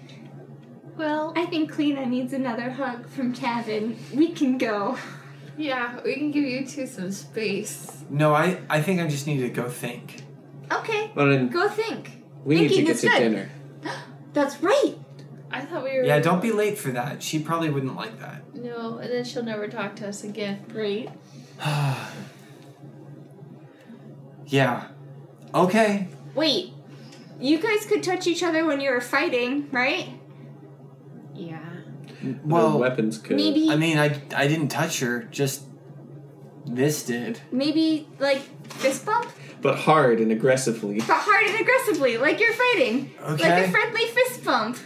F: Well,
E: I think Kleena needs another hug from Tavin. We can go.
F: yeah, we can give you two some space.
A: No, I, I think I just need to go think.
E: Okay,
B: Well, then
E: go think.
B: we need to
E: Thinking
B: get
E: is
B: to
E: good.
B: dinner.
E: That's right.
F: I thought we were.
A: Yeah, don't be late for that. She probably wouldn't like that.
F: No, and then she'll never talk to us again.
E: Great.
A: yeah. Okay.
E: Wait, you guys could touch each other when you were fighting, right?
C: yeah.
B: the
A: Well,
B: weapons could.
E: Maybe,
A: I mean, I I didn't touch her. Just this did.
E: maybe like fist bump,
B: But hard and aggressively.
E: but hard and aggressively, like you're fighting, like
A: Okay.
E: a friendly fist bump.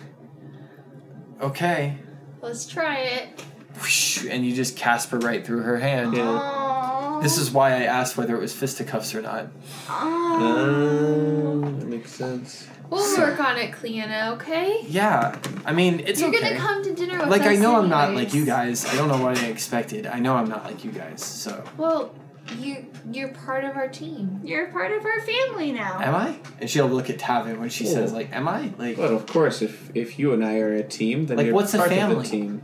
A: Okay.
F: Let's try it.
A: Whoosh, And you just cast her right through her hand.
B: Yeah.
E: Aww.
A: This is why I asked whether it was fisticuffs or not.
E: Oh.
A: uh,
B: Um, that makes sense.
F: We'll work on it, Cleanna. Okay.
A: Yeah. I mean, it's
F: You're
A: okay.
F: gonna come to dinner with
A: like
F: us.
A: I know I'm not
F: anyways.
A: like you guys. I don't know what I expected. I know I'm not like you guys. So
F: Well, you you're part of our team.
E: You're part of our family now.
A: am I? And she'll look at Tavin when she
B: Yeah.
A: says like, "Am I?" Like
B: Well, of course, if if you and I are a team, then
A: Like,
B: you're
A: what's a
B: part of
A: family?
B: the team.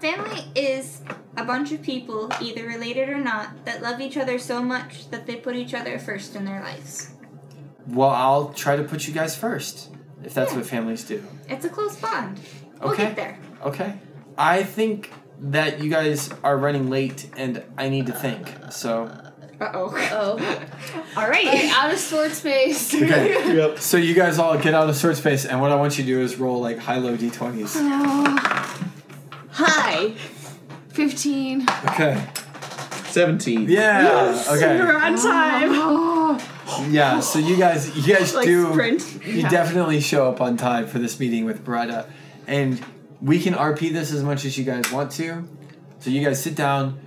E: Family is a bunch of people, either related or not, that love each other so much that they put each other first in their lives.
A: Well, I'll try to put you guys first, if that's what families do.
E: It's a close bond. We'll
A: Okay.
E: get there.
A: Okay. I think that you guys are running late, and I need to think. So.
E: Uh oh.
F: Oh,
E: All right.
F: out of sword space.
A: Okay.
B: Yep.
A: so you guys all get out of sword space, and what I want you to do is roll like high low d20s.
E: Hi.
C: Fifteen.
A: Okay.
B: Seventeen.
A: Yeah. Okay.
E: on time.
A: Yeah. So you guys, you guys do.
E: sprint.
A: You definitely show up on time for this meeting with Beretta, and we can RP this as much as you guys want to. So you guys sit down.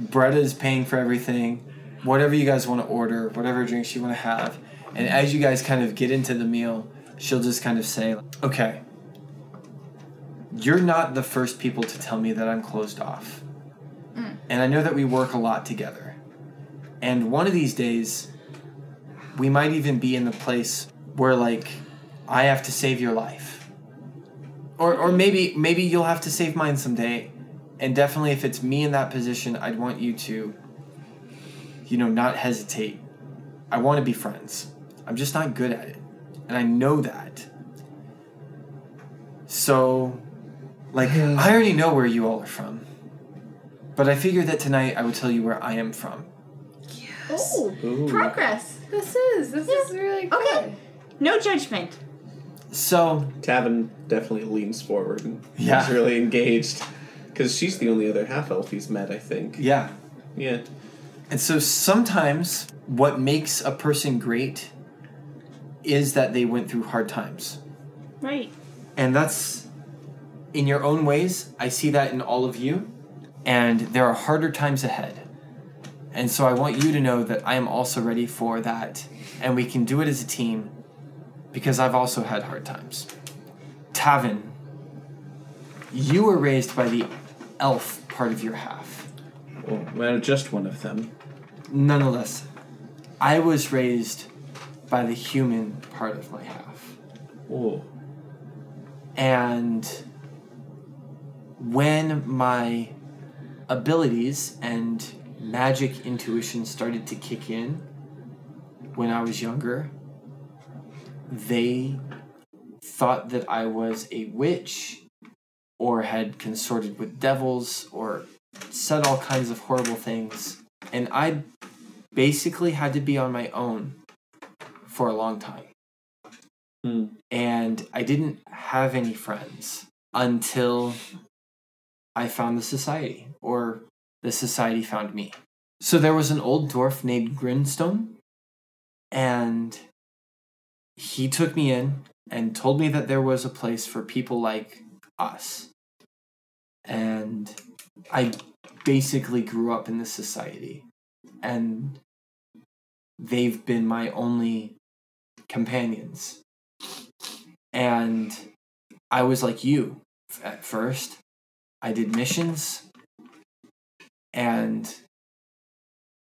A: Beretta is paying for everything, whatever you guys want to order, whatever drinks you want to have, and as you guys kind of get into the meal, she'll just kind of say, "Okay, you're not the first people to tell me that I'm closed off, and I know that we work a lot together, and one of these days." we might even be in the place where like I have to save your life. Or or maybe maybe you'll have to save mine someday. And definitely if it's me in that position, I'd want you to you know not hesitate. I want to be friends. I'm just not good at it. And I know that. So, like, I already know where you all are from. But I figured that tonight I would tell you where I am from.
E: Oh,
B: Ooh.
E: progress.
F: This is this is really good.
E: Okay. No judgment.
A: So,
B: Tavin definitely leans forward and
A: Yeah.
B: is really engaged. Because she's the only other half elf he's met, I think.
A: yeah.
B: Yeah.
A: And so sometimes what makes a person great is that they went through hard times.
E: Right.
A: And that's in your own ways. I see that in all of you. And there are harder times ahead. And so I want you to know that I am also ready for that. And we can do it as a team because I've also had hard times. Tavin, you were raised by the elf part of your half.
B: Well, Oh, well, just one of them.
A: Nonetheless, I was raised by the human part of my half.
B: Oh.
A: And when my abilities and magic intuition started to kick in when I was younger, they thought that I was a witch or had consorted with devils or said all kinds of horrible things. And I basically had to be on my own for a long time
B: Hmm.
A: and I didn't have any friends until I found the society, or the society found me. So there was an old dwarf named Grinstone, and he took me in and told me that there was a place for people like us. And I basically grew up in this society, and they've been my only companions and I was like you f- at first. I did missions, and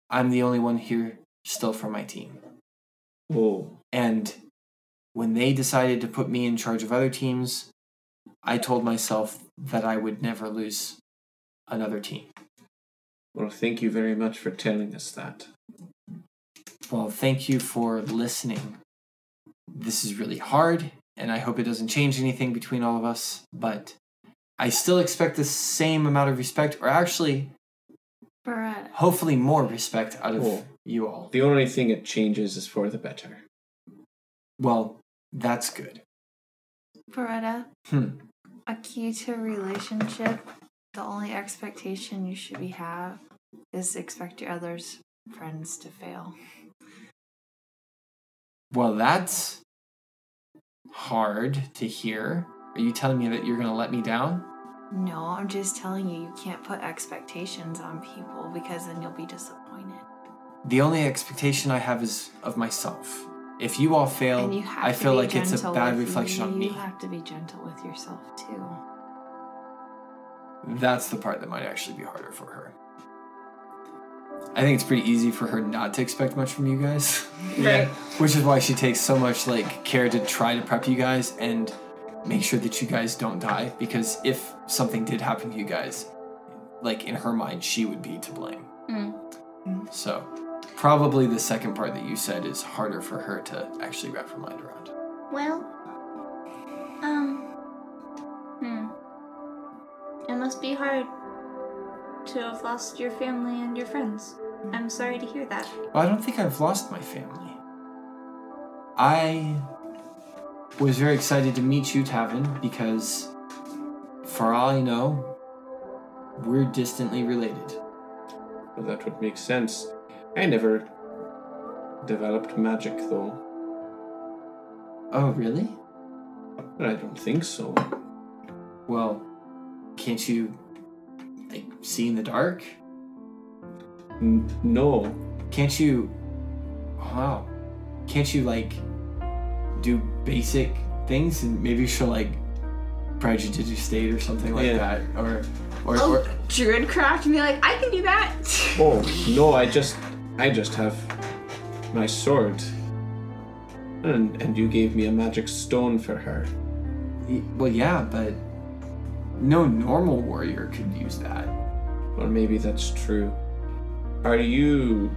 A: I'm the only one here still from my team.
B: Oh.
A: And when they decided to put me in charge of other teams, I told myself that I would never lose another team.
B: Well, thank you very much for telling us that.
A: Well, thank you for listening. This is really hard, and I hope it doesn't change anything between all of us, but I still expect the same amount of respect, or actually,
F: Beretta.
A: hopefully, more respect out of
B: Cool.
A: you all.
B: The only thing it changes is for the better.
A: Well, that's good.
C: Beretta,
A: Hmm.
C: a key to a relationship, the only expectation you should be have is expect your others friends to fail.
A: Well, that's hard to hear. Are you telling me that you're going to let me down?
C: No, I'm just telling you, you can't put expectations on people because then you'll be disappointed.
A: The only expectation I have is of myself. If you all fail,
C: and you have
A: I
C: to
A: feel
C: be
A: like it's a
C: gentle
A: bad
C: with-
A: reflection on me.
C: You have to be gentle with yourself too.
A: That's the part that might actually be harder for her. I think it's pretty easy for her not to expect much from you guys,
E: Right.
A: which is why she takes so much like care to try to prep you guys and make sure that you guys don't die because if something did happen to you guys, like in her mind she would be to blame.
E: Mm.
A: So, probably the second part that you said is harder for her to actually wrap her mind around.
E: Well, um, hmm. It must be hard to have lost your family and your friends. I'm sorry to hear that.
A: Well, I don't think I've lost my family. I was very excited to meet you, Tavin, because for all I know, we're distantly related.
B: Well, that would make sense. I never developed magic, though.
A: Oh, really?
B: But I don't think so.
A: Well, can't you, like, see in the dark?
B: N- no.
A: Can't you. Wow. Can't you, like, do basic things and maybe she'll, like, prejudice or something like
B: Yeah.
A: that? Or. Or, or
E: Oh, druidcraft and be like, I can do that.
B: Oh no! I just, I just have my sword. And and you gave me a magic stone for her.
A: Y- Well, yeah, but no normal warrior could use that.
B: Or maybe that's true. Are you?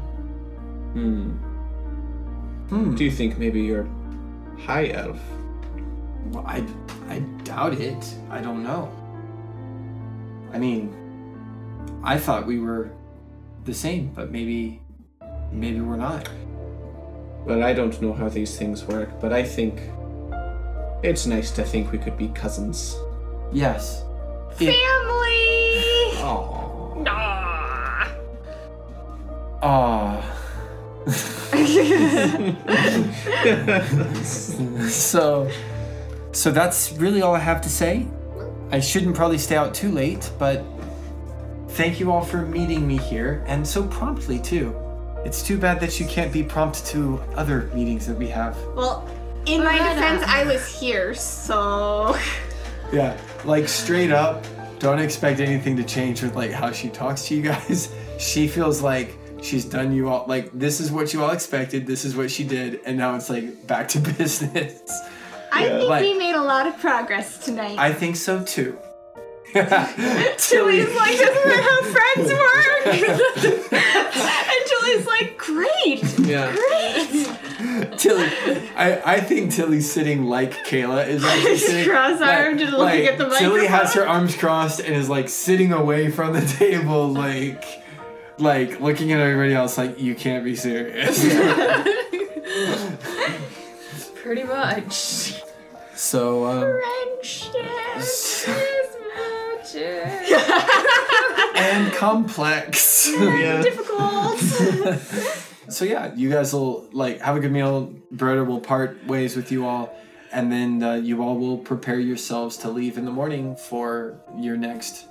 B: Hmm.
A: Hmm.
B: Do you think maybe you're high elf?
A: Well, I, I doubt it. I don't know. I mean, I thought we were the same, but maybe, maybe we're not.
B: Well, I don't know how these things work, but I think it's nice to think we could be cousins.
A: Yes. It-
E: Family!
B: Aww.
A: Aw. so, so that's really all I have to say. I shouldn't probably stay out too late, but thank you all for meeting me here and so promptly too. It's too bad that you can't be prompt to other meetings that we have.
E: Well, in my defense, I was here, so.
A: Yeah, like straight up, don't expect anything to change with like how she talks to you guys. She feels like she's done you all like this is what you all expected, this is what she did, and now it's like back to business.
E: I think
A: like-
E: we made a lot of progress tonight.
A: I think so too.
E: Julie's like, isn't that how friends work? and Julie's like, great,
B: Yeah.
E: great.
A: Tilly, I, I think Tilly sitting like Kayla is actually
E: Just
A: sitting,
E: cross-armed and looking at the
A: Tilly has
E: microphone.
A: her arms crossed and is like sitting away from the table, like like looking at everybody else, like you can't be serious.
C: Pretty much.
A: so um,
E: Friendship.
A: and complex.
E: Difficult.
A: so yeah, you guys will like have a good meal. Broder will part ways with you all, and then uh, you all will prepare yourselves to leave in the morning for your next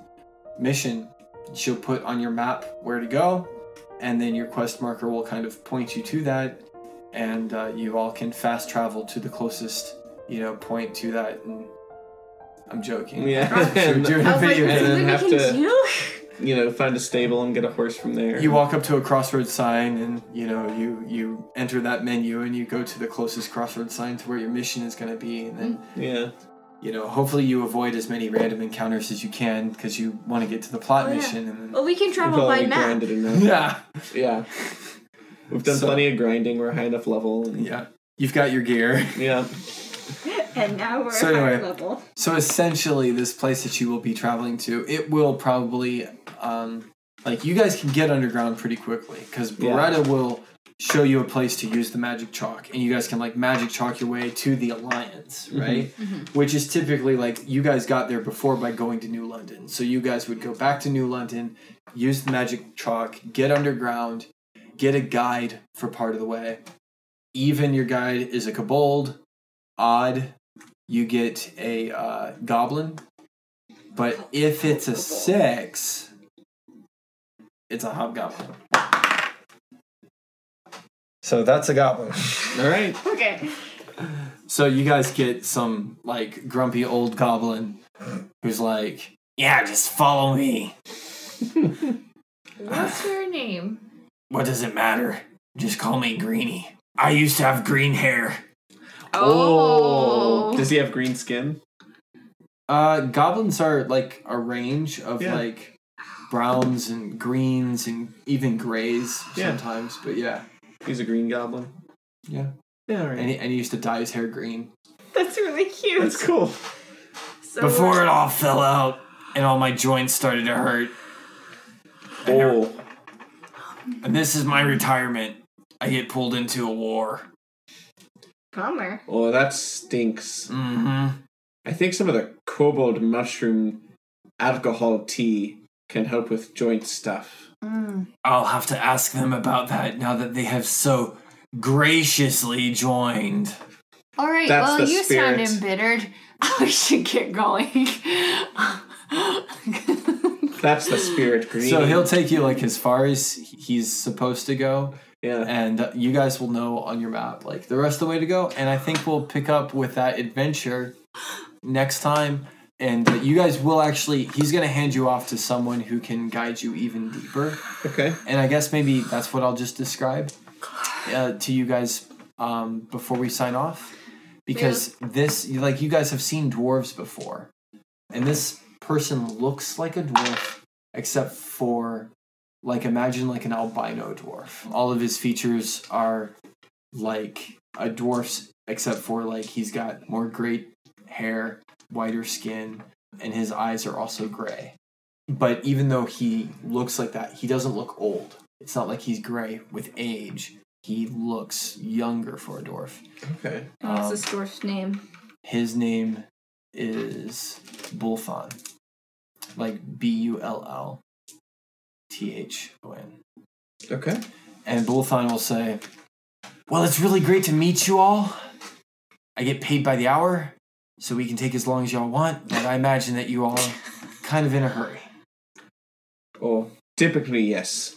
A: mission. She'll put on your map where to go, and then your quest marker will kind of point you to that, and uh, you all can fast travel to the closest you know point to that. And I'm joking.
B: Yeah.
A: You're doing a
E: I was like,
A: video
E: "Is
A: game.
E: there
B: then have
E: anything we
B: to-
E: can do?
B: You know, find a stable and get a horse from there.
A: You walk up to a crossroad sign, and you know you you enter that menu, and you go to the closest crossroad sign to where your mission is going to be, and
E: Mm.
A: then
B: Yeah.
A: you know hopefully you avoid as many random encounters as you can because you want to get to the plot
E: Oh, yeah.
A: mission, and then,
E: Well, we can
B: We've
E: travel by
B: already
E: map.
B: grinded enough.
A: yeah,
B: Yeah. We've done
A: So-
B: plenty of grinding. We're high enough level. and-
A: yeah, you've got your gear.
B: Yeah.
E: And now we're
A: So
E: at higher
A: anyway.
E: level.
A: So essentially, this place that you will be traveling to, it will probably, um, like you guys can get underground pretty quickly because
B: Yeah.
A: Beretta will show you a place to use the magic chalk, and you guys can like magic chalk your way to the Alliance, right?
E: Mm-hmm.
A: Which is typically like you guys got there before by going to New London, so you guys would go back to New London, use the magic chalk, get underground, get a guide for part of the way. Even your guide is a kobold, odd, you get a uh, goblin. But if it's a six, it's a hobgoblin. So that's a goblin.
B: All right.
E: Okay.
A: So you guys get some like grumpy old goblin who's like, "Yeah, just follow me.
F: What's your name?
A: What does it matter? Just call me Greeny. I used to have green hair."
B: Oh. Does he have green skin?
A: Uh, goblins are like a range of
B: Yeah.
A: like browns and greens and even grays
B: Yeah.
A: sometimes. But yeah,
B: He's a green goblin.
A: yeah.
B: Yeah. All right.
A: And he, and he used to dye his hair green.
E: That's really cute.
B: That's cool.
E: So
A: Before it all fell out and all my joints started to hurt.
B: Oh.
A: And this is my retirement. I get pulled into a war.
E: Bummer.
B: Oh, that stinks.
A: Mm-hmm.
B: I think some of the kobold mushroom alcohol tea can help with joint stuff.
A: I'll have to ask them about that now that they have so graciously joined.
C: All right.
B: That's
C: well,
B: the
C: you
B: spirit.
C: sound embittered. I should get going.
B: That's the spirit green.
A: So he'll take you like as far as he's supposed to go,
B: yeah.
A: and uh, you guys will know on your map like the rest of the way to go. And I think we'll pick up with that adventure next time. And uh, you guys will actually, he's going to hand you off to someone who can guide you even deeper.
B: Okay.
A: and I guess maybe that's what I'll just describe uh, to you guys um, before we sign off, because this, like, you guys have seen dwarves before, and this person looks like a dwarf, except for, like, imagine like an albino dwarf. All of his features are like a dwarf's, except for like he's got more great hair, whiter skin, and his eyes are also gray. But even though he looks like that, he doesn't look old. It's not like he's gray with age. He looks younger for a dwarf.
B: Okay.
E: And what's
A: Um,
E: this dwarf's name?
A: His name is Bulfon. Like B U L L T H O N.
B: Okay.
A: And Bulfon will say, Well, it's really great to meet you all. I get paid by the hour, so we can take as long as y'all want, but I imagine that you all are kind of in a hurry.
B: Or Oh. typically, yes.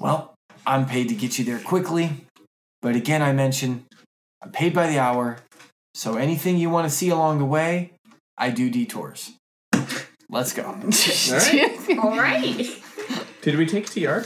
A: Well, I'm paid to get you there quickly, but again, I mention I'm paid by the hour, so anything you want to see along the way, I do detours. Let's go.
B: All right.
E: All right.
B: Did we take TR?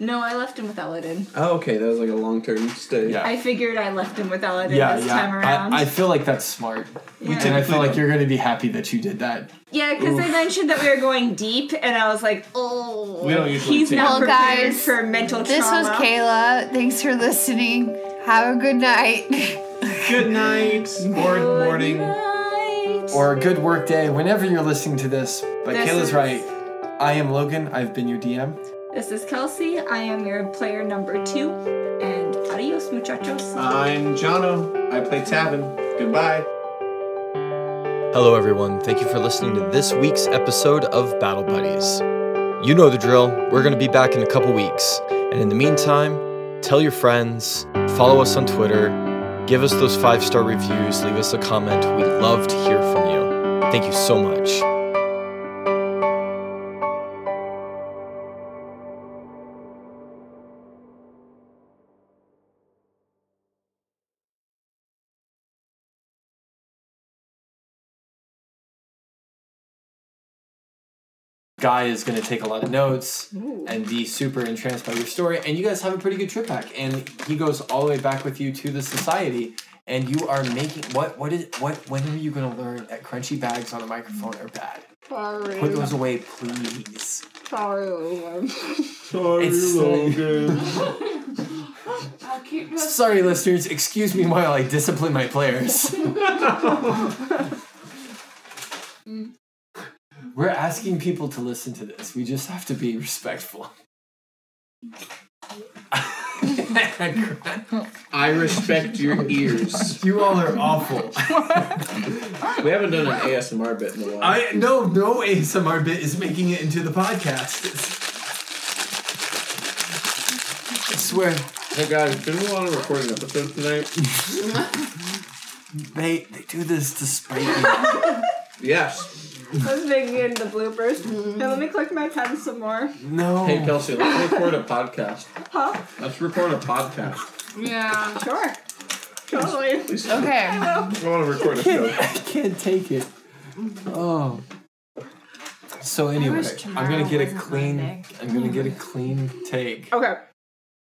E: No, I left him with Eladin.
A: Uh,
B: Oh, okay. That was like a long term stay.
A: Yeah.
E: I figured I left him with Eladin this time around.
A: I, I feel like that's smart.
E: Yeah.
A: And I feel like you're going to be happy that you did that.
E: Yeah, because they
A: Oof.
E: mentioned that we were going deep, and I was like, oh,
B: We don't usually
E: he's
B: take-
E: not
C: Well,
E: prepared
C: guys,
E: for mental
C: This was
E: trauma.
C: Kayla. Thanks for listening. Have a good night.
B: Good night. Or morning.
E: Night.
A: Or a good work day whenever you're listening to this. But
E: This
A: Kayla's
E: is-
A: right. I am Logan. I've been your DM.
E: This is Kelsey. I am your player number two, and adios, muchachos.
B: I'm Jono. I play Tavin. Goodbye.
G: Hello, everyone. Thank you for listening to this week's episode of Battle Buddies. You know the drill. We're going to be back in a couple weeks. And in the meantime, tell your friends, follow us on Twitter, give us those five star reviews, leave us a comment. We'd love to hear from you. Thank you so much.
A: Guy is going to take a lot of notes
E: Ooh.
A: and be super entranced by your story. And you guys have a pretty good trip back. And he goes all the way back with you to the society. And you are making what? What is what? When are you going to learn that crunchy bags on a microphone are bad?
D: Sorry.
A: Put those away, please.
D: Sorry, Logan.
B: Sorry,
A: It's-
B: Logan.
D: I'll keep this.
A: Sorry, listeners. Excuse me while I discipline my players. We're asking people to listen to this. We just have to be respectful.
B: I respect your ears.
A: you all are awful.
B: We haven't done an ASMR bit in a while.
A: I no no ASMR bit is making it into the podcast. It's- I swear
B: hey guys, didn't we want to record an episode tonight?
A: they they do this to spite you.
B: yes.
E: I was making it into bloopers. Now let me click my pen some more.
A: No.
B: Hey Kelsey, let's record a podcast.
E: Huh?
B: Let's record a podcast.
C: Yeah.
E: Sure. Totally.
C: Okay.
B: I want to record a show.
A: I can't take it. Oh. So anyway, I'm
C: tomorrow
A: gonna get a
C: wasn't
A: clean.
C: Monday.
A: I'm gonna get a clean take.
E: Okay.